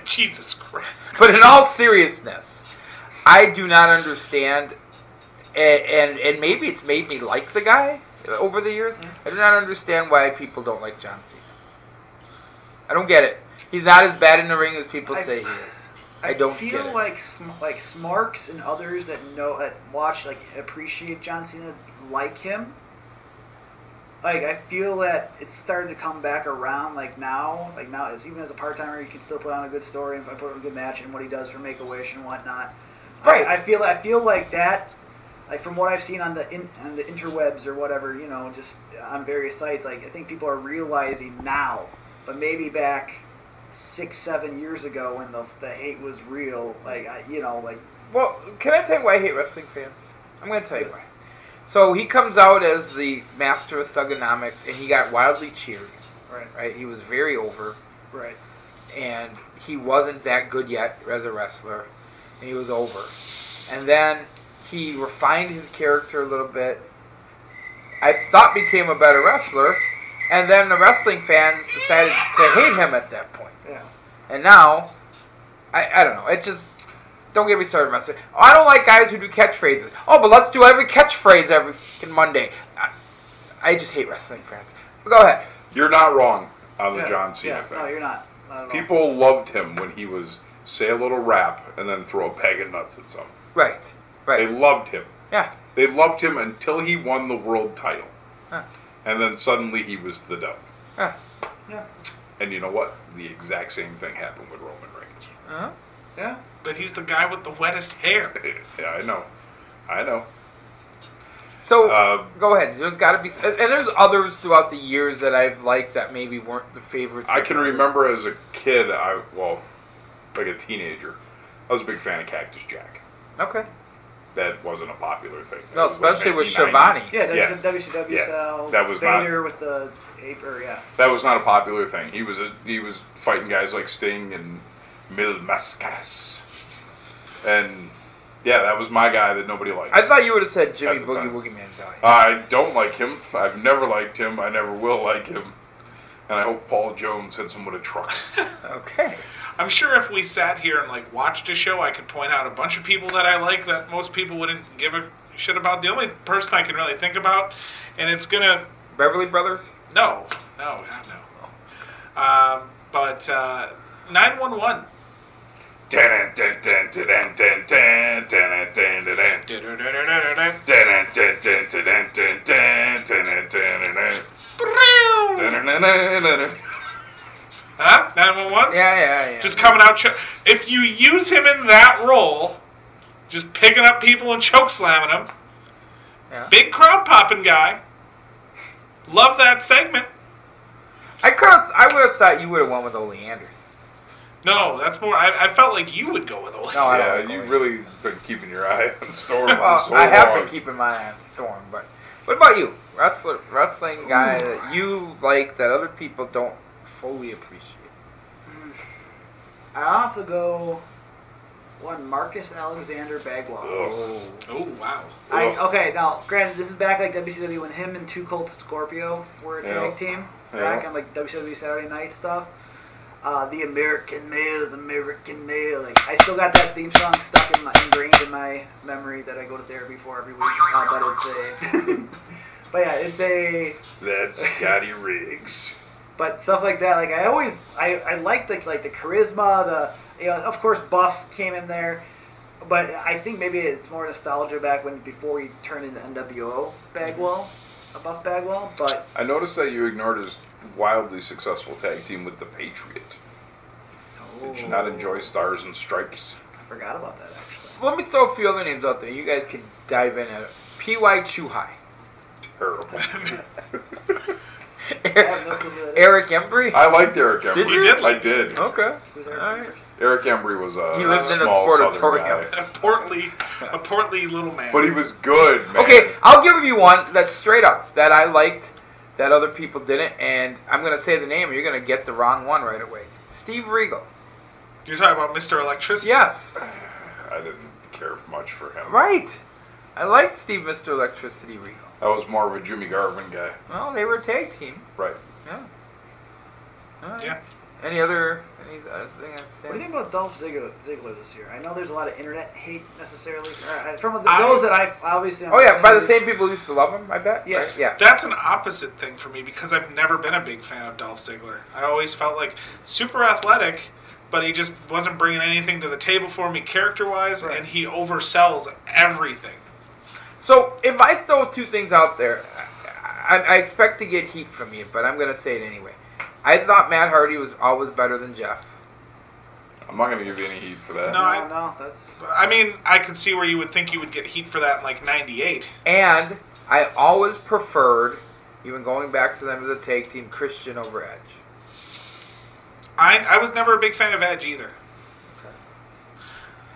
B: Jesus Christ.
A: But in all seriousness, I do not understand, and, and and maybe it's made me like the guy over the years. I do not understand why people don't like John Cena. I don't get it. He's not as bad in the ring as people
C: I-
A: say he is. I don't
C: feel
A: get it.
C: like sm- like Smarks and others that know that watch like appreciate John Cena like him. Like I feel that it's starting to come back around. Like now, like now, as even as a part timer, you can still put on a good story and put on a good match and what he does for Make a Wish and whatnot. I-
A: Right.
C: I, feel I feel like that. Like from what I've seen on the in, on the interwebs or whatever, you know, just on various sites, like I think people are realizing now, but maybe back six, seven years ago when the, the hate was real. Like, I, you know, like,
A: Well, can I tell you why I hate wrestling fans? I'm going to tell you why. So he comes out as the master of thugonomics, and he got wildly cheered.
C: right,
A: Right, he was very over,
C: right.
A: and he wasn't that good yet as a wrestler, and he was over. And then he refined his character a little bit. I thought became a better wrestler, and then the wrestling fans decided to hate him at that point.
C: Yeah.
A: And now, I, I don't know. It just don't get me started, master. I don't like guys who do catchphrases. Oh, but let's do every catchphrase every fucking Monday. I, I just hate wrestling fans. Go ahead.
D: You're not wrong on the
C: yeah,
D: John Cena
C: yeah,
D: thing.
C: No, you're not. Not at all.
D: People loved him when he was say a little rap and then throw a bag of nuts at some.
A: Right. Right.
D: They loved him.
A: Yeah.
D: They loved him until he won the world title.
A: Huh.
D: And then suddenly he was the devil.
A: Huh.
C: Yeah.
D: And you know what? The exact same thing happened with Roman Reigns.
A: Huh?
C: Yeah.
B: But he's the guy with the wettest hair.
D: yeah, I know. I know.
A: So
D: Um,
A: go ahead. There's got to be, and and there's others throughout the years that I've liked that maybe weren't the favorites.
D: I can remember as a kid, I well, like a teenager, I was a big fan of Cactus Jack.
A: Okay.
D: That wasn't a popular thing.
A: No,
D: That was like
A: especially with
D: 1990.
C: Yeah,
D: yeah,
C: WCW
D: Yeah.
C: style.
D: That was not-
C: Vader with the ape, or yeah.
D: that was not a popular thing. He was a, he was fighting guys like Sting and Mil Mascaras, and yeah, that was my guy that nobody liked.
A: I thought you would have said Jimmy
D: At the
A: Boogie
D: time. Uh,
A: Woogie Man Valley.
D: I don't like him. I've never liked him. I never will like him. And I hope Paul Jones hits him with a truck.
A: Okay.
B: I'm sure if we sat here and like watched a show, I could point out a bunch of people that I like that most people wouldn't give a shit about. The only person I can really think about, and it's gonna
A: Beverly Brothers.
B: no, no, God no. Um, but nine one one.
D: Dun, dun, dun, dun, dun, dun, dun, dun, dun, dun, dun.
B: Dun-dun-dun-dun-dun-dun.
D: Huh?
B: Nine one one.
A: Yeah, yeah, yeah.
B: Just coming out. Cho- if you use him in that role, just picking up people and choke slamming them.
A: Yeah.
B: Big crowd popping guy. Love that segment.
A: I could. have I would have thought you would have won with Ole Anderson.
B: No, that's more. I, I felt like you would go with Ole.
A: No, I don't
D: Yeah,
A: like
D: you've
A: Ole
D: really been keeping your eye on Storm for
A: Well,
D: so
A: I have
D: long.
A: been keeping my eye on Storm, but what about you, wrestler, wrestling guy that you like that other people don't fully appreciate?
C: I'll have to go one Marcus Alexander Bagwell.
D: Ugh.
B: Oh wow.
C: I,
D: Ugh.
C: okay, now granted, this is back like WCW when him and Two Cold Scorpio were a
D: Yeah.
C: tag team
D: Yeah.
C: back on like WCW Saturday Night stuff. Uh, the American male is American male. Like I still got that theme song stuck in my ingrained in my memory that I go to therapy for every week. Uh, but it's a, but yeah, it's a
D: That's Scotty Riggs.
C: but stuff like that. Like I always, I, I liked like like the charisma, the you know, of course Buff came in there, but I think maybe it's more nostalgia back when before he turned into NWO Bagwell, a Buff Bagwell. But
D: I noticed that you ignored his wildly successful tag team with the Patriot. Did you not enjoy Stars and Stripes?
C: I forgot about that actually.
A: Let me throw a few other names out there. You guys can dive in at it. P.Y. Chuhai.
C: Oh,
D: Terrible.
C: have no clue who that is.
A: Eric Embry?
D: I liked Eric Embry.
A: Did you? You did
D: I did.
A: Okay.
C: Who's
A: All
C: Eric
A: right.
D: Eric Embry was a
A: He lived in a
D: small
A: sportatorium.
D: southern guy.
B: A portly, a portly little man.
D: But he was good, man.
A: Okay, I'll give you one that's straight up that I liked that other people didn't, and I'm going to say the name, and you're going to get the wrong one right away. Steve Regal.
B: You're talking about Mr. Electricity.
A: Yes.
D: I didn't care much for him.
A: Right. I liked Steve Mr. Electricity Regal.
D: I was more of a Jimmy Garvin guy.
A: Well, they were a tag team.
D: Right.
A: Yeah. All right.
B: Yeah.
A: Any other any other thing that
C: What do you
A: stands?
C: think about Dolph Ziggler, Ziggler this year? I know there's a lot of internet hate necessarily or, uh, from the,
B: I-
C: those that I obviously.
A: Oh yeah, by the same people who used to love him, I bet.
C: Yeah.
A: Right? yeah.
B: That's an opposite thing for me because I've never been a big fan of Dolph Ziggler. I always felt like super athletic, but he just wasn't bringing anything to the table for me character wise,
A: Right.
B: and he oversells everything.
A: So if I throw two things out there, I, I expect to get heat from you, but I'm going to say it anyway. I thought Matt Hardy was always better than Jeff.
D: I'm not going to give you any heat for that.
B: No,
C: No,
B: I-
C: no, that's
B: I mean, I could see where you would think you would get heat for that in like '98.
A: And I always preferred, even going back to them as a tag team, Christian over Edge.
B: I I was never a big fan of Edge either.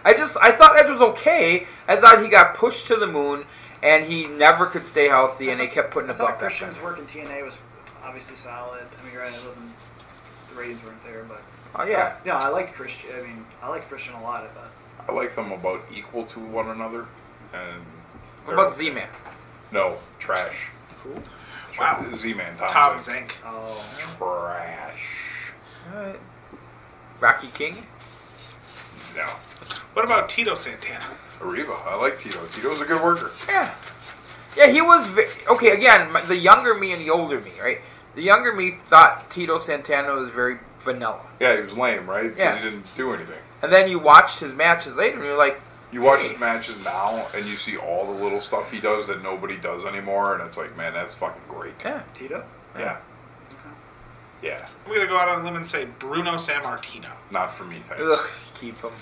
A: I just I thought Edge was okay. I thought he got pushed to the moon and he never could stay healthy, and they kept putting
C: I
A: the buck
C: thought
A: back on
C: Christian's
A: him.
C: work in TNA was obviously solid. I mean, granted, it wasn't the ratings weren't there, but.
A: Oh yeah.
C: No, I liked Christian. I mean, I liked Christian a lot. I thought.
D: I like them about equal to one another. And
A: What about Z-Man?
D: No, trash.
C: Cool.
B: Wow.
D: Z-Man, Tom,
B: Tom
D: Zink.
B: Zank.
C: Oh.
D: Trash.
A: Alright. Rocky King.
D: No.
B: What about Tito Santana?
D: Arriva. I like Tito. Tito's a good worker.
A: Yeah. Yeah, he was. Ve- okay, again, my, the younger me and the older me, right? The younger me thought Tito Santana was very vanilla.
D: Yeah, he was lame, right? 'Cause
A: Yeah.
D: he didn't do anything.
A: And then you watched his matches later, and you're like,
D: You watch his matches now, and you see all the little stuff he does that nobody does anymore, and it's like, man, that's fucking great.
A: Yeah,
C: Tito.
D: Yeah. Yeah.
B: I'm gonna go out on a limb and say Bruno Sammartino.
D: Not for me, thanks.
A: Ugh, keep him.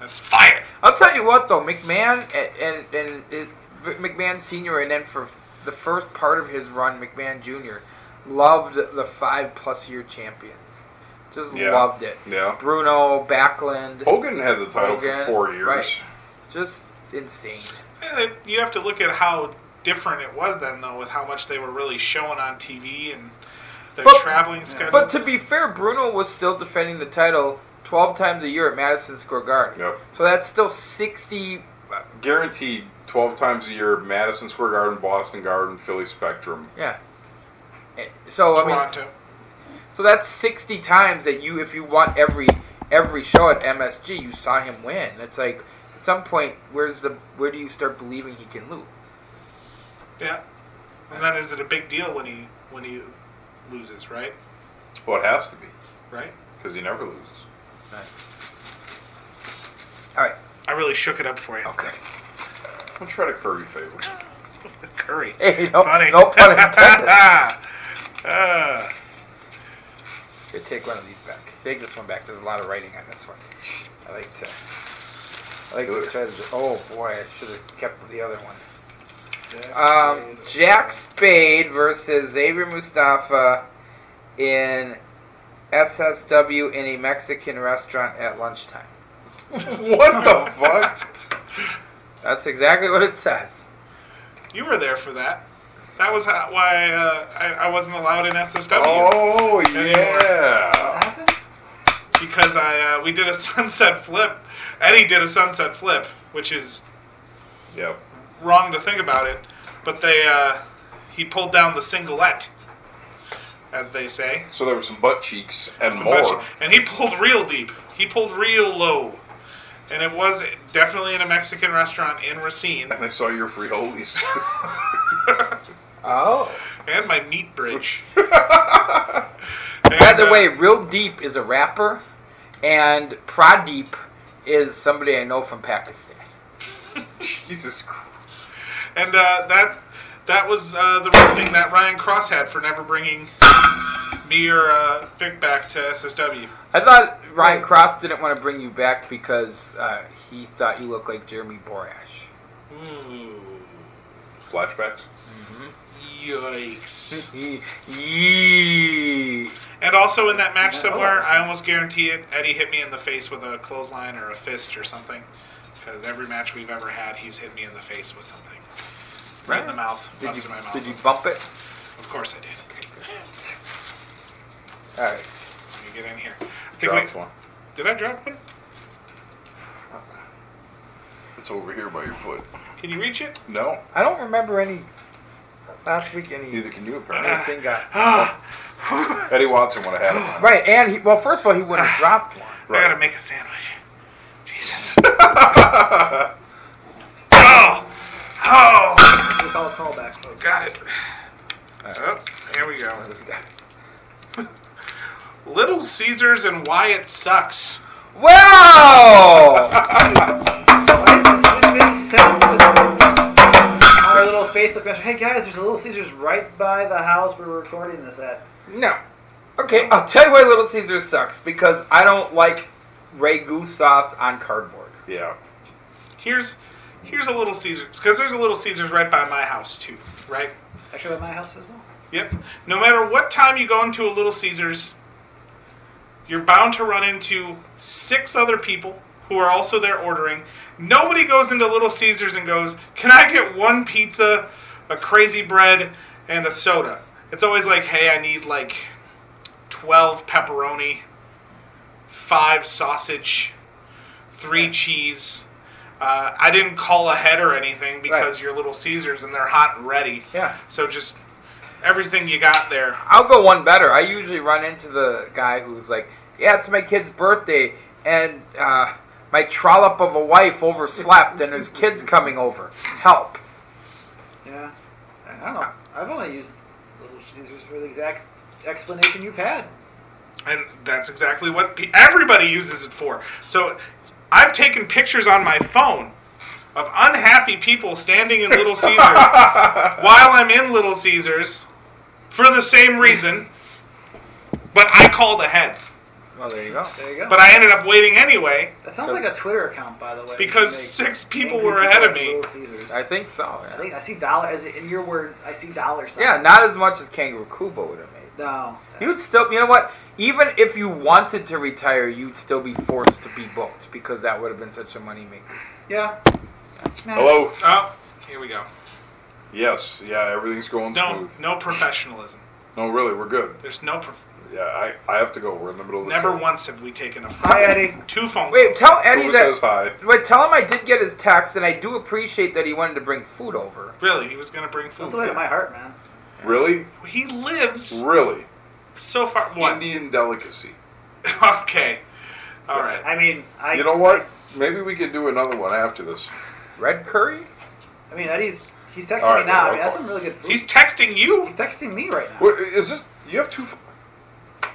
B: That's fire.
A: I'll tell you what, though, McMahon and and, and it, McMahon Senior, and then for the first part of his run, McMahon Junior loved the five plus year champions. Just
D: Yeah.
A: loved it.
D: Yeah.
A: Bruno Backlund.
D: Hogan had the title for four years.
A: Right. Just insane.
B: Yeah, they- eh, You have to look at how different it was then, though, with how much they were really showing on TV and their
A: But-
B: traveling schedule.
A: But to be fair, Bruno was still defending the title 12 times a year at Madison Square Garden.
D: Yep.
A: So that's still 60.
D: Guaranteed 12 times a year Madison Square Garden, Boston Garden, Philly Spectrum.
A: Yeah. Eh, So I mean,
B: Toronto.
A: so that's 60 times that you, if you want every every show at MSG, you saw him win. It's like at some point, where's the where do you start believing he can lose?
B: yeah. And then is it a big deal when he when he loses, right?
D: Well, it has to be,
B: Right.
D: because he never loses.
A: All right.
B: I really shook it up for you.
A: Okay.
D: Don't try to curry favor.
B: Curry.
A: Hey, no-
B: Funny.
A: no pun intended.
B: Ah.
A: Here, take one of these back. Take this one back. There's a lot of writing on this one. I like to. I like to try to. Oh boy, I should have kept the other one. Um, Jack Spade versus Xavier Mustafa in SSW in a Mexican restaurant at lunchtime.
D: what the fuck?
A: That's exactly what it says.
B: You were there for that. That was how, why uh, I, I wasn't allowed in SSW.
D: Oh, yeah.
B: Because I uh, we did a sunset flip. Eddie did a sunset flip, which is
D: Yep.
B: wrong to think about it. But they uh, he pulled down the singlet, as they say.
D: So there were some butt cheeks and
B: Some
D: more.
B: bunch- And he pulled real deep. He pulled real low. And it was definitely in a Mexican restaurant in Racine.
D: And I saw your frijoles.
A: Oh.
B: And my meat bridge. uh,
A: By the way, Real Deep is a rapper, and Pradeep is somebody I know from Pakistan.
D: Jesus Christ.
B: And uh, that that was uh, the reasoning that Ryan Cross had for never bringing me or uh, Vic back to SSW.
A: I thought Ryan Cross didn't want to bring you back because uh, he thought you looked like Jeremy Borash.
B: Ooh,
D: Flashbacks?
B: yikes.
A: Yee.
B: And also in that match
A: Oh.
B: somewhere, I almost guarantee it, Eddie hit me in the face with a clothesline or a fist or something. Because every match we've ever had, he's hit me in the face with something. Right in the mouth.
A: Did you,
B: busted my mouth.
A: did you bump it?
B: Of course I did.
A: All right.
B: Let me get in here. I think
D: Dropped
B: we-
D: one.
B: Did I drop one?
D: It's over here by your foot.
B: Can you reach it?
D: No.
A: I don't remember any last week any
D: Neither can you, apparently.
A: anything got
D: Eddie Watson would have had it.
A: right. And he, well, first of all, he wouldn't have dropped one.
D: Right.
B: I gotta make a sandwich. Jesus. oh! Oh!
C: We call it callback, folks.
B: Got it. Oh, here we go. Little Caesars and why it sucks.
A: Wow!
C: Why does this, this makes sense with our little Facebook message? Hey guys, there's a Little Caesars right by the house we're recording this at.
A: no. Okay, I'll tell you why Little Caesar sucks because I don't like Ray Goose sauce on cardboard.
D: Yeah.
B: Here's here's a Little Caesars because there's a Little Caesars right by my house too, right?
C: Actually, at my house as well.
B: Yep. No matter what time you go into a Little Caesars, you're bound to run into six other people who are also there ordering. Nobody goes into Little Caesars and goes, "Can I get one pizza, a crazy bread, and a soda?" It's always like, "Hey, I need like 12 pepperoni, 5 sausage, 3 cheese." Uh, I didn't call ahead or anything because
A: Right.
B: you're Little Caesars and they're hot and ready.
A: Yeah.
B: So just everything you got there.
A: I'll go one better. I usually run into the guy who's like, "Yeah, it's my kid's birthday, and uh, my trollop of a wife overslept, and there's kids coming over. Help!"
C: Yeah. I don't know. I've only used Little Caesars for the exact explanation you've had.
B: And that's exactly what pe- everybody uses it for. So I've taken pictures on my phone of unhappy people standing in Little Caesars while I'm in Little Caesars for the same reason, but I called ahead.
A: Well, there you go.
C: There you go.
B: But I ended up waiting anyway
C: That sounds like a Twitter account, by the way.
B: because
C: Like,
B: six people
C: angry
B: were ahead of
C: at
B: me.
C: Little Caesars.
A: I think so.
C: I
A: Yeah,
C: think I see dollar. As in your words, I see dollar signs.
A: yeah not as much as Kangaroo Kubo would have made.
C: No.
A: You would still, you know what? Even if you wanted to retire, you'd still be forced to be booked because that would have been such a moneymaker.
C: Yeah.
D: Hello?
B: Oh, here we go.
D: Yes. Yeah. Everything's going
B: No,
D: smooth.
B: no professionalism.
D: No, really, we're good.
B: There's no. Prof-
D: Yeah, I, I have to go. We're in the middle of the
B: never
D: show.
B: once have we taken a.
C: Hi, Eddie.
B: Two phone.
A: Wait, tell
D: Who
A: Eddie that.
D: says hi?
A: Wait, tell him I did get his text, and I do appreciate that he wanted to bring food over.
B: Really, he was gonna bring food.
C: That's the way to my heart, man.
D: Really?
B: He lives
D: Really?
B: so far. What?
D: Indian delicacy.
B: okay. All right.
C: I mean, I.
D: you know what? Maybe we could do another one after this.
A: Red curry?
C: I mean, Eddie's. He's texting
D: All right,
C: me now. I
D: well,
C: mean, that's some really good food.
B: He's texting you.
C: He's texting me right now.
D: What, is this? You have two. ph-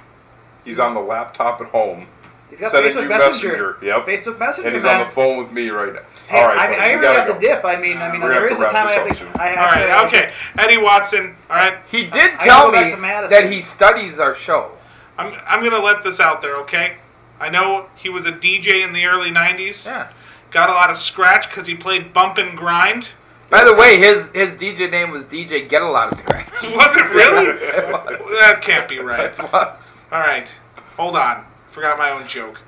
D: He's on the laptop at home.
C: He's got
D: Sending
C: Facebook
D: you
C: Messenger.
D: Yep.
C: Facebook Messenger,
D: and he's
C: man.
D: on the phone with me right now.
C: Hey,
D: All right.
C: I mean, I
D: buddy, we
C: already
D: gotta
C: got
D: go.
C: the dip. I mean, I mean,
D: We're gonna
C: there
D: have
C: is
D: to
C: a
D: wrap
C: time I
D: this
C: have
D: up
C: to.
D: soon.
C: I have
B: All
C: to,
B: right. Okay. Eddie Watson. All right.
A: He did
C: I
A: tell
C: go back
A: me
C: to Madison.
A: that he studies our show.
B: I'm I'm gonna let this out there. Okay. I know he was a DJ in the early '90s.
A: Yeah.
B: Got a lot of scratch because he played bump and grind.
A: By the way, his his DJ name was DJ Get a Lot of Scratch.
B: Was it really?
A: It was.
B: that can't be right.
A: It was.
B: All right. Hold on. Forgot my own joke.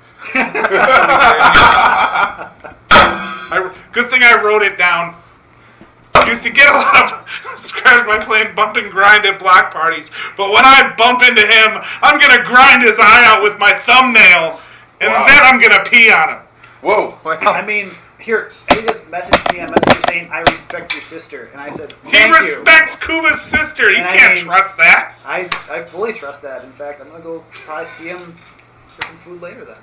B: I, good thing I wrote it down. Used to get a lot of scratch by playing bump and grind at block parties, but when I bump into him, I'm gonna grind his eye out with my thumbnail, and
D: Wow.
B: then I'm gonna pee on him.
D: Whoa.
C: I mean, here he just messaged me on Messenger saying, "I respect your sister," and I said,
B: He
C: "Thank you."
B: respects Kuba's sister. You
C: And I
B: can't
C: mean-
B: trust that.
C: I I fully trust that. In fact, I'm gonna go probably see him for some food later then.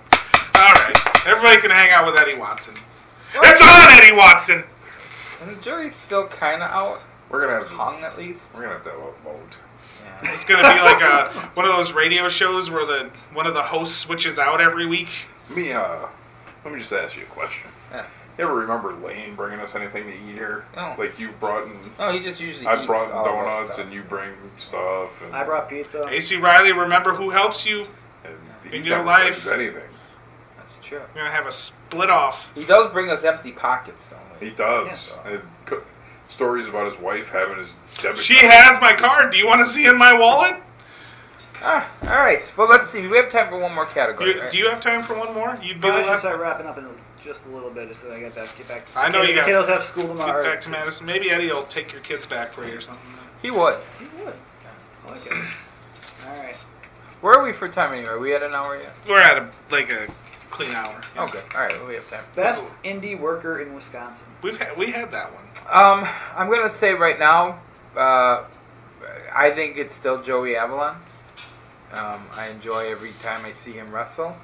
B: All right, everybody can hang out with Eddie Watson. It's on, Eddie Watson.
A: And the jury's still kind of out.
D: We're gonna have to.
A: Hung at least.
D: We're gonna have to upload.
B: It's gonna be like a, one of those radio shows where the one of the hosts switches out every week.
D: Me, uh, let me just ask you a question.
A: Yeah.
D: You ever remember Lane bringing us anything to eat here?
A: No.
D: Like you brought in,
A: No, he just usually.
D: I
A: eats
D: brought
A: all of our
D: donuts
A: stuff.
D: and you bring stuff and,
C: I brought pizza.
B: AC Riley, remember who helps you?
D: and
B: In
D: he
B: your
D: never
B: life.
D: brings anything.
A: That's true.
B: We're gonna have a split off.
A: He does bring us empty pockets. Though.
D: He does.
A: Yeah.
D: And co- stories about his wife having his debit.
B: She
D: card.
B: has my card. Do you want to see in my wallet?
A: Ah, all right. Well, let's see. We have time for one more
B: Do
A: category.
B: you,
A: right?
B: do you have time for one more? You'd be
C: Probably
B: the
C: should
B: last.
C: start wrapping up in just a little bit, just so I get back get back.
B: I know
C: the
B: you got-
C: kiddos have school tomorrow.
B: Get back to Madison. Maybe Eddie will take your kids back for you or something.
A: he would.
C: You would. I like it. All right.
A: Where are we for time anyway? Are we at an hour yet?
B: We're at a like a clean hour. Yeah.
A: Okay. All right. Well, we have time.
C: Best indie worker in Wisconsin.
B: We've had, we had that one.
A: Um, I'm gonna say right now, uh, I think it's still Joey Avalon. Um, I enjoy every time I see him wrestle.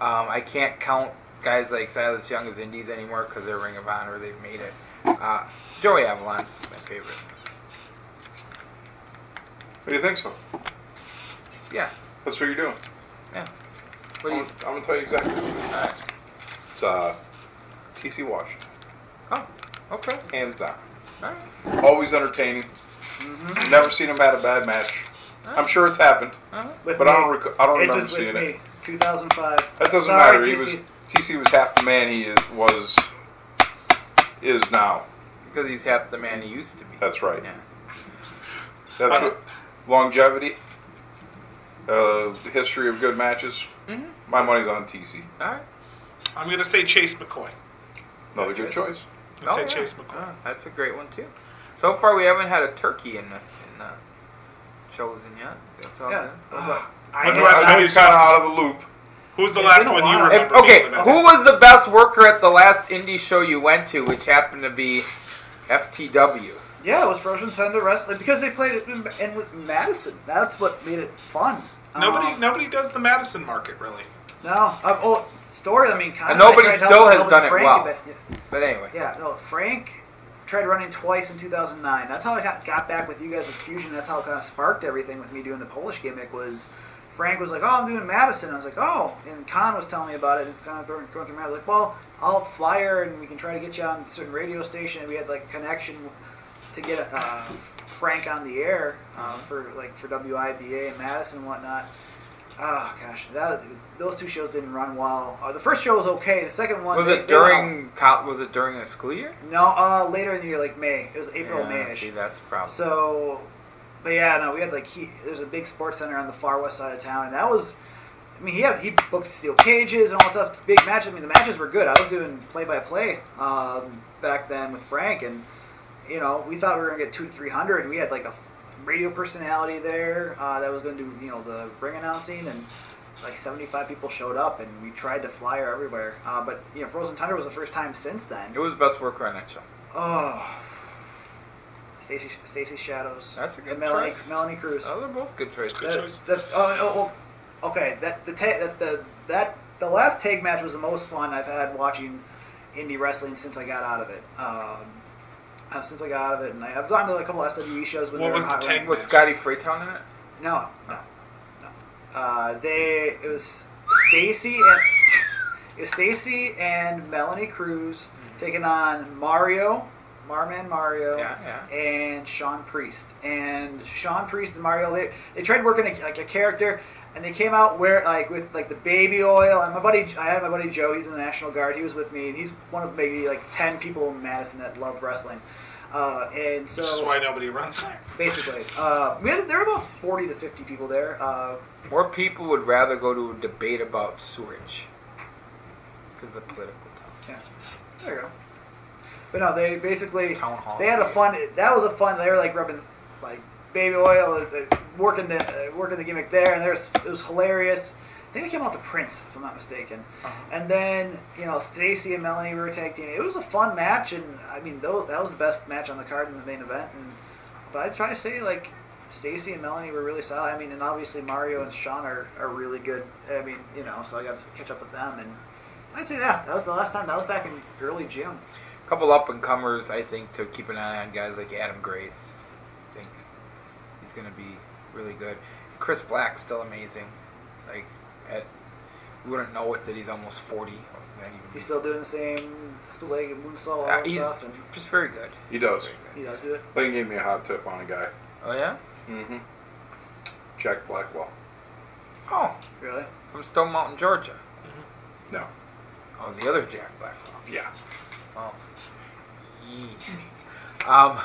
A: Um, I can't count guys like Silas Young as indies anymore because they're Ring of Honor. They've made it. Uh, Joey Avalon's my favorite.
D: What do you think so?
A: Yeah.
D: That's what you're doing.
A: Yeah. What
D: I'm,
A: do you?
D: I'm gonna tell you exactly. What it is.
A: Alright.
D: It's uh, TC Washington,
A: Oh. Okay.
D: hands down.
A: All right.
D: Always entertaining. Never seen him had a bad match. I'm sure it's happened,
A: All right.
C: With
D: but
C: me.
D: I don't. Rec- I don't
C: It's
D: remember
C: with,
D: seeing
C: with
D: it.
C: me. 2005.
D: That doesn't
C: Sorry,
D: matter. He was
C: TC.
D: TC was half the man he is, was is now.
A: Because he's half the man he used to be.
D: That's right.
A: Yeah.
D: That's
B: Uh,
D: what, longevity. Uh, the history of good matches.
A: Mhm.
D: My money's on TC.
A: All right.
B: I'm gonna say Chase McCoy.
D: Another good choice.
B: I'm gonna
A: Oh,
B: say
A: yeah.
B: Chase McCoy.
A: Oh, that's a great one too. So far, we haven't had a turkey in the, in the chosen yet. That's all.
C: Yeah.
A: good.
C: Ah,
B: When's the
C: had
B: last
C: that.
B: time
D: I'm
B: you
D: kind of out of the loop.
B: Who's the
C: It's
B: last
C: been a
B: one you
C: while.
B: remember?
A: If-
B: being
A: okay,
B: the best?
A: who was the best worker at the last indie show you went to, which happened to be FTW?
C: Yeah, it was Frozen Thunder Wrestling because they played it in, in Madison. That's what made it fun.
B: Nobody
C: Um,
B: nobody does the Madison market really.
C: No. Uh, oh, story. I mean, Conrad
A: And nobody
C: tried
A: still
C: helping-
A: has
C: helping
A: done it
C: Frank
A: well.
C: a bit.
A: But anyway,
C: Yeah, no. Frank tried running twice in 2009. That's how I got, got back with you guys with Fusion. That's how it kind of sparked everything with me doing the Polish gimmick was Frank was like, "Oh, I'm doing Madison." I was like, "Oh," and Con was telling me about it. And it's kind of throwing, going through my. I was like, "Well, I'll flyer and we can try to get you on a certain radio station." And we had like a connection to get uh, Frank on the air
A: Uh-huh.
C: uh, for like for WIBA and Madison and whatnot. Oh gosh, that those two shows didn't run well. Uh, the first show was okay. The second one
A: Was
C: they-
A: it
C: they were
A: during co- was it during the school year?
C: all- no, uh, later in the year, like May. It was April,
A: Yeah,
C: Mayish.
A: See, that's a problem.
C: So, but yeah, no, we had like he, there's a big sports center on the far west side of town, and that was, I mean, he had he booked steel cages and all that stuff. Big matches. I mean, the matches were good. I was doing play by play um back then with Frank, and you know, we thought we were gonna get two three hundred, and we had like a radio personality there uh, that was gonna do you know the ring announcing and. Like 75 people showed up, and we tried to flyer everywhere. Uh, but you know, Frozen Thunder was the first time since then.
A: it was best worker on that show.
C: Oh. Stacy Stacy Shadows.
A: That's a good
C: and Melanie,
A: choice.
C: Melanie Cruz.
A: Oh, they're both good choices.
C: That, that, oh, oh, oh, okay, that the, ta- that the that the last tag match was the most fun I've had watching indie wrestling since I got out of it. Um, uh, since I got out of it, and I, I've gone to a couple SWE shows. When they were hot running.
A: Was Scotty Freetown in it?
C: No, no, no. Uh, they it was Stacy and it was Stacy and Melanie Cruz taking on Mario, Marman Mario,
A: Hmm. Yeah,
C: and Sean Priest. And Sean Priest and Mario they, they tried working a, like a character. And they came out where like with like the baby oil and my buddy I had my buddy Joe he's in the National Guard he was with me and he's one of maybe like ten people in Madison that love wrestling, uh, and so
B: Which is why nobody runs there.
C: basically. Uh, we had, there were about 40 to 50 people there. Uh,
A: More people would rather go to a debate about sewage because of political talk.
C: Yeah. There you go. But no, they basically
A: Town hall.
C: they had a fun. That was a fun. They were like rubbing like baby oil, uh, working the uh, working the gimmick there, and there's it was hilarious. I think they came out the Prince, if I'm not mistaken.
A: Uh-huh.
C: And then you know Stacy and Melanie were tag team. It was a fun match, and I mean tho- that was the best match on the card in the main event. And but I'd try to say like Stacy and Melanie were really solid. I mean, and obviously Mario and Sean are, are really good. I mean, you know, so I got to catch up with them and. I'd say that. That was the last time. That was back in early June.
A: A couple up and comers, I think, to keep an eye on guys like Adam Grace. I think he's going to be really good. Chris Black's still amazing. Like, at, you wouldn't know it that he's almost 40. Not even-
C: He's still doing the same split leg and moonsault all
A: Uh,
C: that
A: he's
C: stuff, and
A: just very good.
D: He does.
C: he does do it.
D: They gave me a hot tip on a guy.
A: Oh, yeah?
D: Mm-hmm. Jack Blackwell.
A: Oh,
C: Really?
A: from Stone Mountain, Georgia.
D: No.
A: Oh, the other Jack Blackwell.
D: Yeah.
A: Oh. Yee. Um,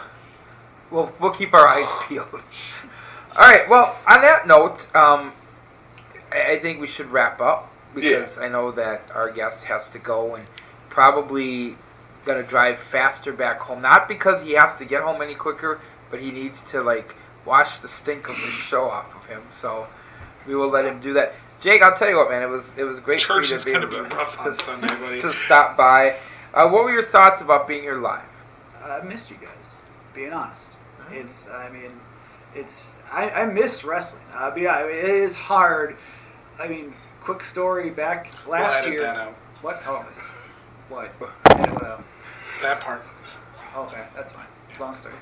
A: we'll, we'll keep our eyes peeled. All right. Well, on that note, um, I, I think we should wrap up because I know that our guest has to go and probably gonna drive faster back home. Not because he has to get home any quicker, but he needs to like wash the stink of the show off of him. So we will let him do that. Jake, I'll tell you what, man. It was it was great. for you
B: Church
A: to
B: is
A: be
B: gonna
A: able
B: be rough on Sunday, buddy.
A: To stop by. Uh, what were your thoughts about being here live?
C: I missed you guys. Being honest,
B: Uh-huh.
C: it's. I mean, it's. I, I miss wrestling. Uh, but yeah, I mean, it is hard. I mean, quick story back
B: We'll
C: last
B: edit
C: year.
B: that out.
C: What? Oh, what?
B: That part.
C: Okay, that's fine. Long story.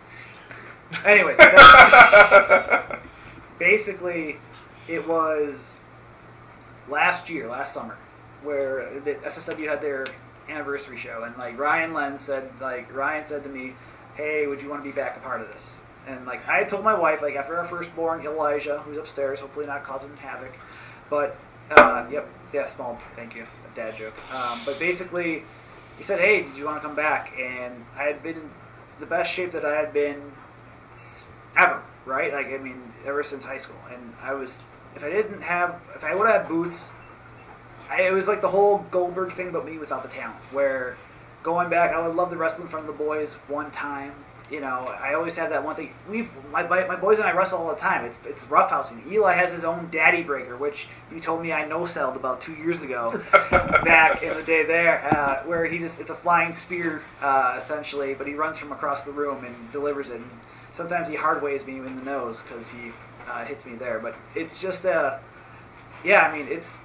C: Anyways, that's- basically, it was last year, last summer, where the SSW had their anniversary show, and like Ryan Len said, like Ryan said to me, "Hey, would you want to be back a part of this?" And like I told my wife, like after our firstborn Elijah, who's upstairs, hopefully not causing havoc, but uh, yep, yeah, small. Thank you, a dad joke. Um, but basically, he said, "Hey, did you want to come back?" And I had been in the best shape that I had been s- ever, right? Like I mean, ever since high school. And I was, if I didn't have, if I would have had boots, I, it was like the whole Goldberg thing, but me without the talent. Where going back, I would love to wrestle in front of the boys one time. You know, I always have that one thing. We, my, my my boys and I wrestle all the time. It's it's roughhousing. Eli has his own daddy breaker, which you told me I no selled about two years ago, back in the day there, uh, where he just it's a flying spear uh, essentially, but he runs from across the room and delivers it. And sometimes he hard ways me in the nose because he uh, hits me there. But it's just uh, yeah, I mean it's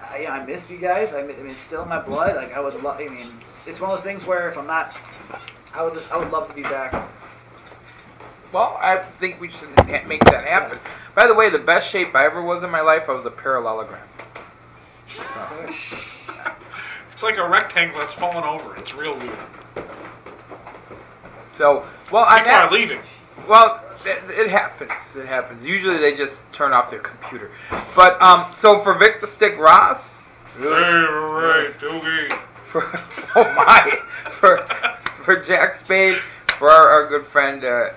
C: I, I missed you guys. I, mi- I mean, it's still in my blood. Like I would love. I mean, it's one of those things where if I'm not, I would. I would love to be back.
A: well, I think we should ha- make that happen. By the way, the best shape I ever was in my life, I was a parallelogram.
B: It's like a rectangle that's fallen over. It's real weird.
A: So, well, I'm
B: People are leaving.
A: Well, it, it happens. It happens. Usually, they just turn off their computer. But um, so for Vic the Stick Ross. For, oh my! For for Jack Spade, for our, our good friend uh,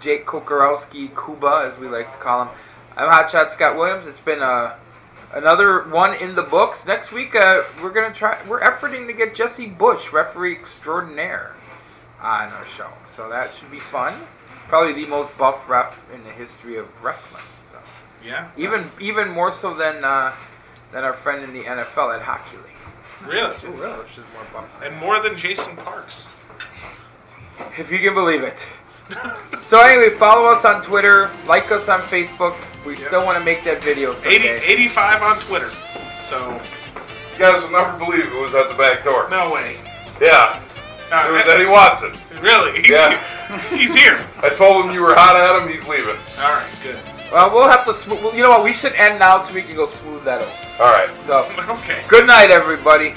A: Jake Kokorowski, Cuba, as we like to call him. I'm Hotshot Scott Williams. It's been uh, another one in the books. Next week, uh, we're gonna try. We're efforting to get Jesse Bush, referee extraordinaire, on our show. So that should be fun. Probably the most buff ref in the history of wrestling. So
B: Yeah?
A: even even more so than uh, than our friend in the NFL at hockey league.
B: Really?
A: Which is- which is more buff.
B: And more than Jason Parks.
A: if you can believe it. so anyway, follow us on Twitter, like us on Facebook. We still want to make that video someday.
B: 80, 85 on Twitter. So,
D: You guys will never believe it was at the back door.
B: no way.
D: Yeah.
B: Uh,
D: it was
B: that-
D: Eddie Watson.
B: Really? He's
D: yeah.
B: He's here.
D: I told him you were hot at him. He's leaving.
B: All right, good.
A: Well, we'll have to smooth. Well, you know what? We should end now so we can go smooth that over.
D: All right.
A: So
B: okay.
A: Good night, everybody.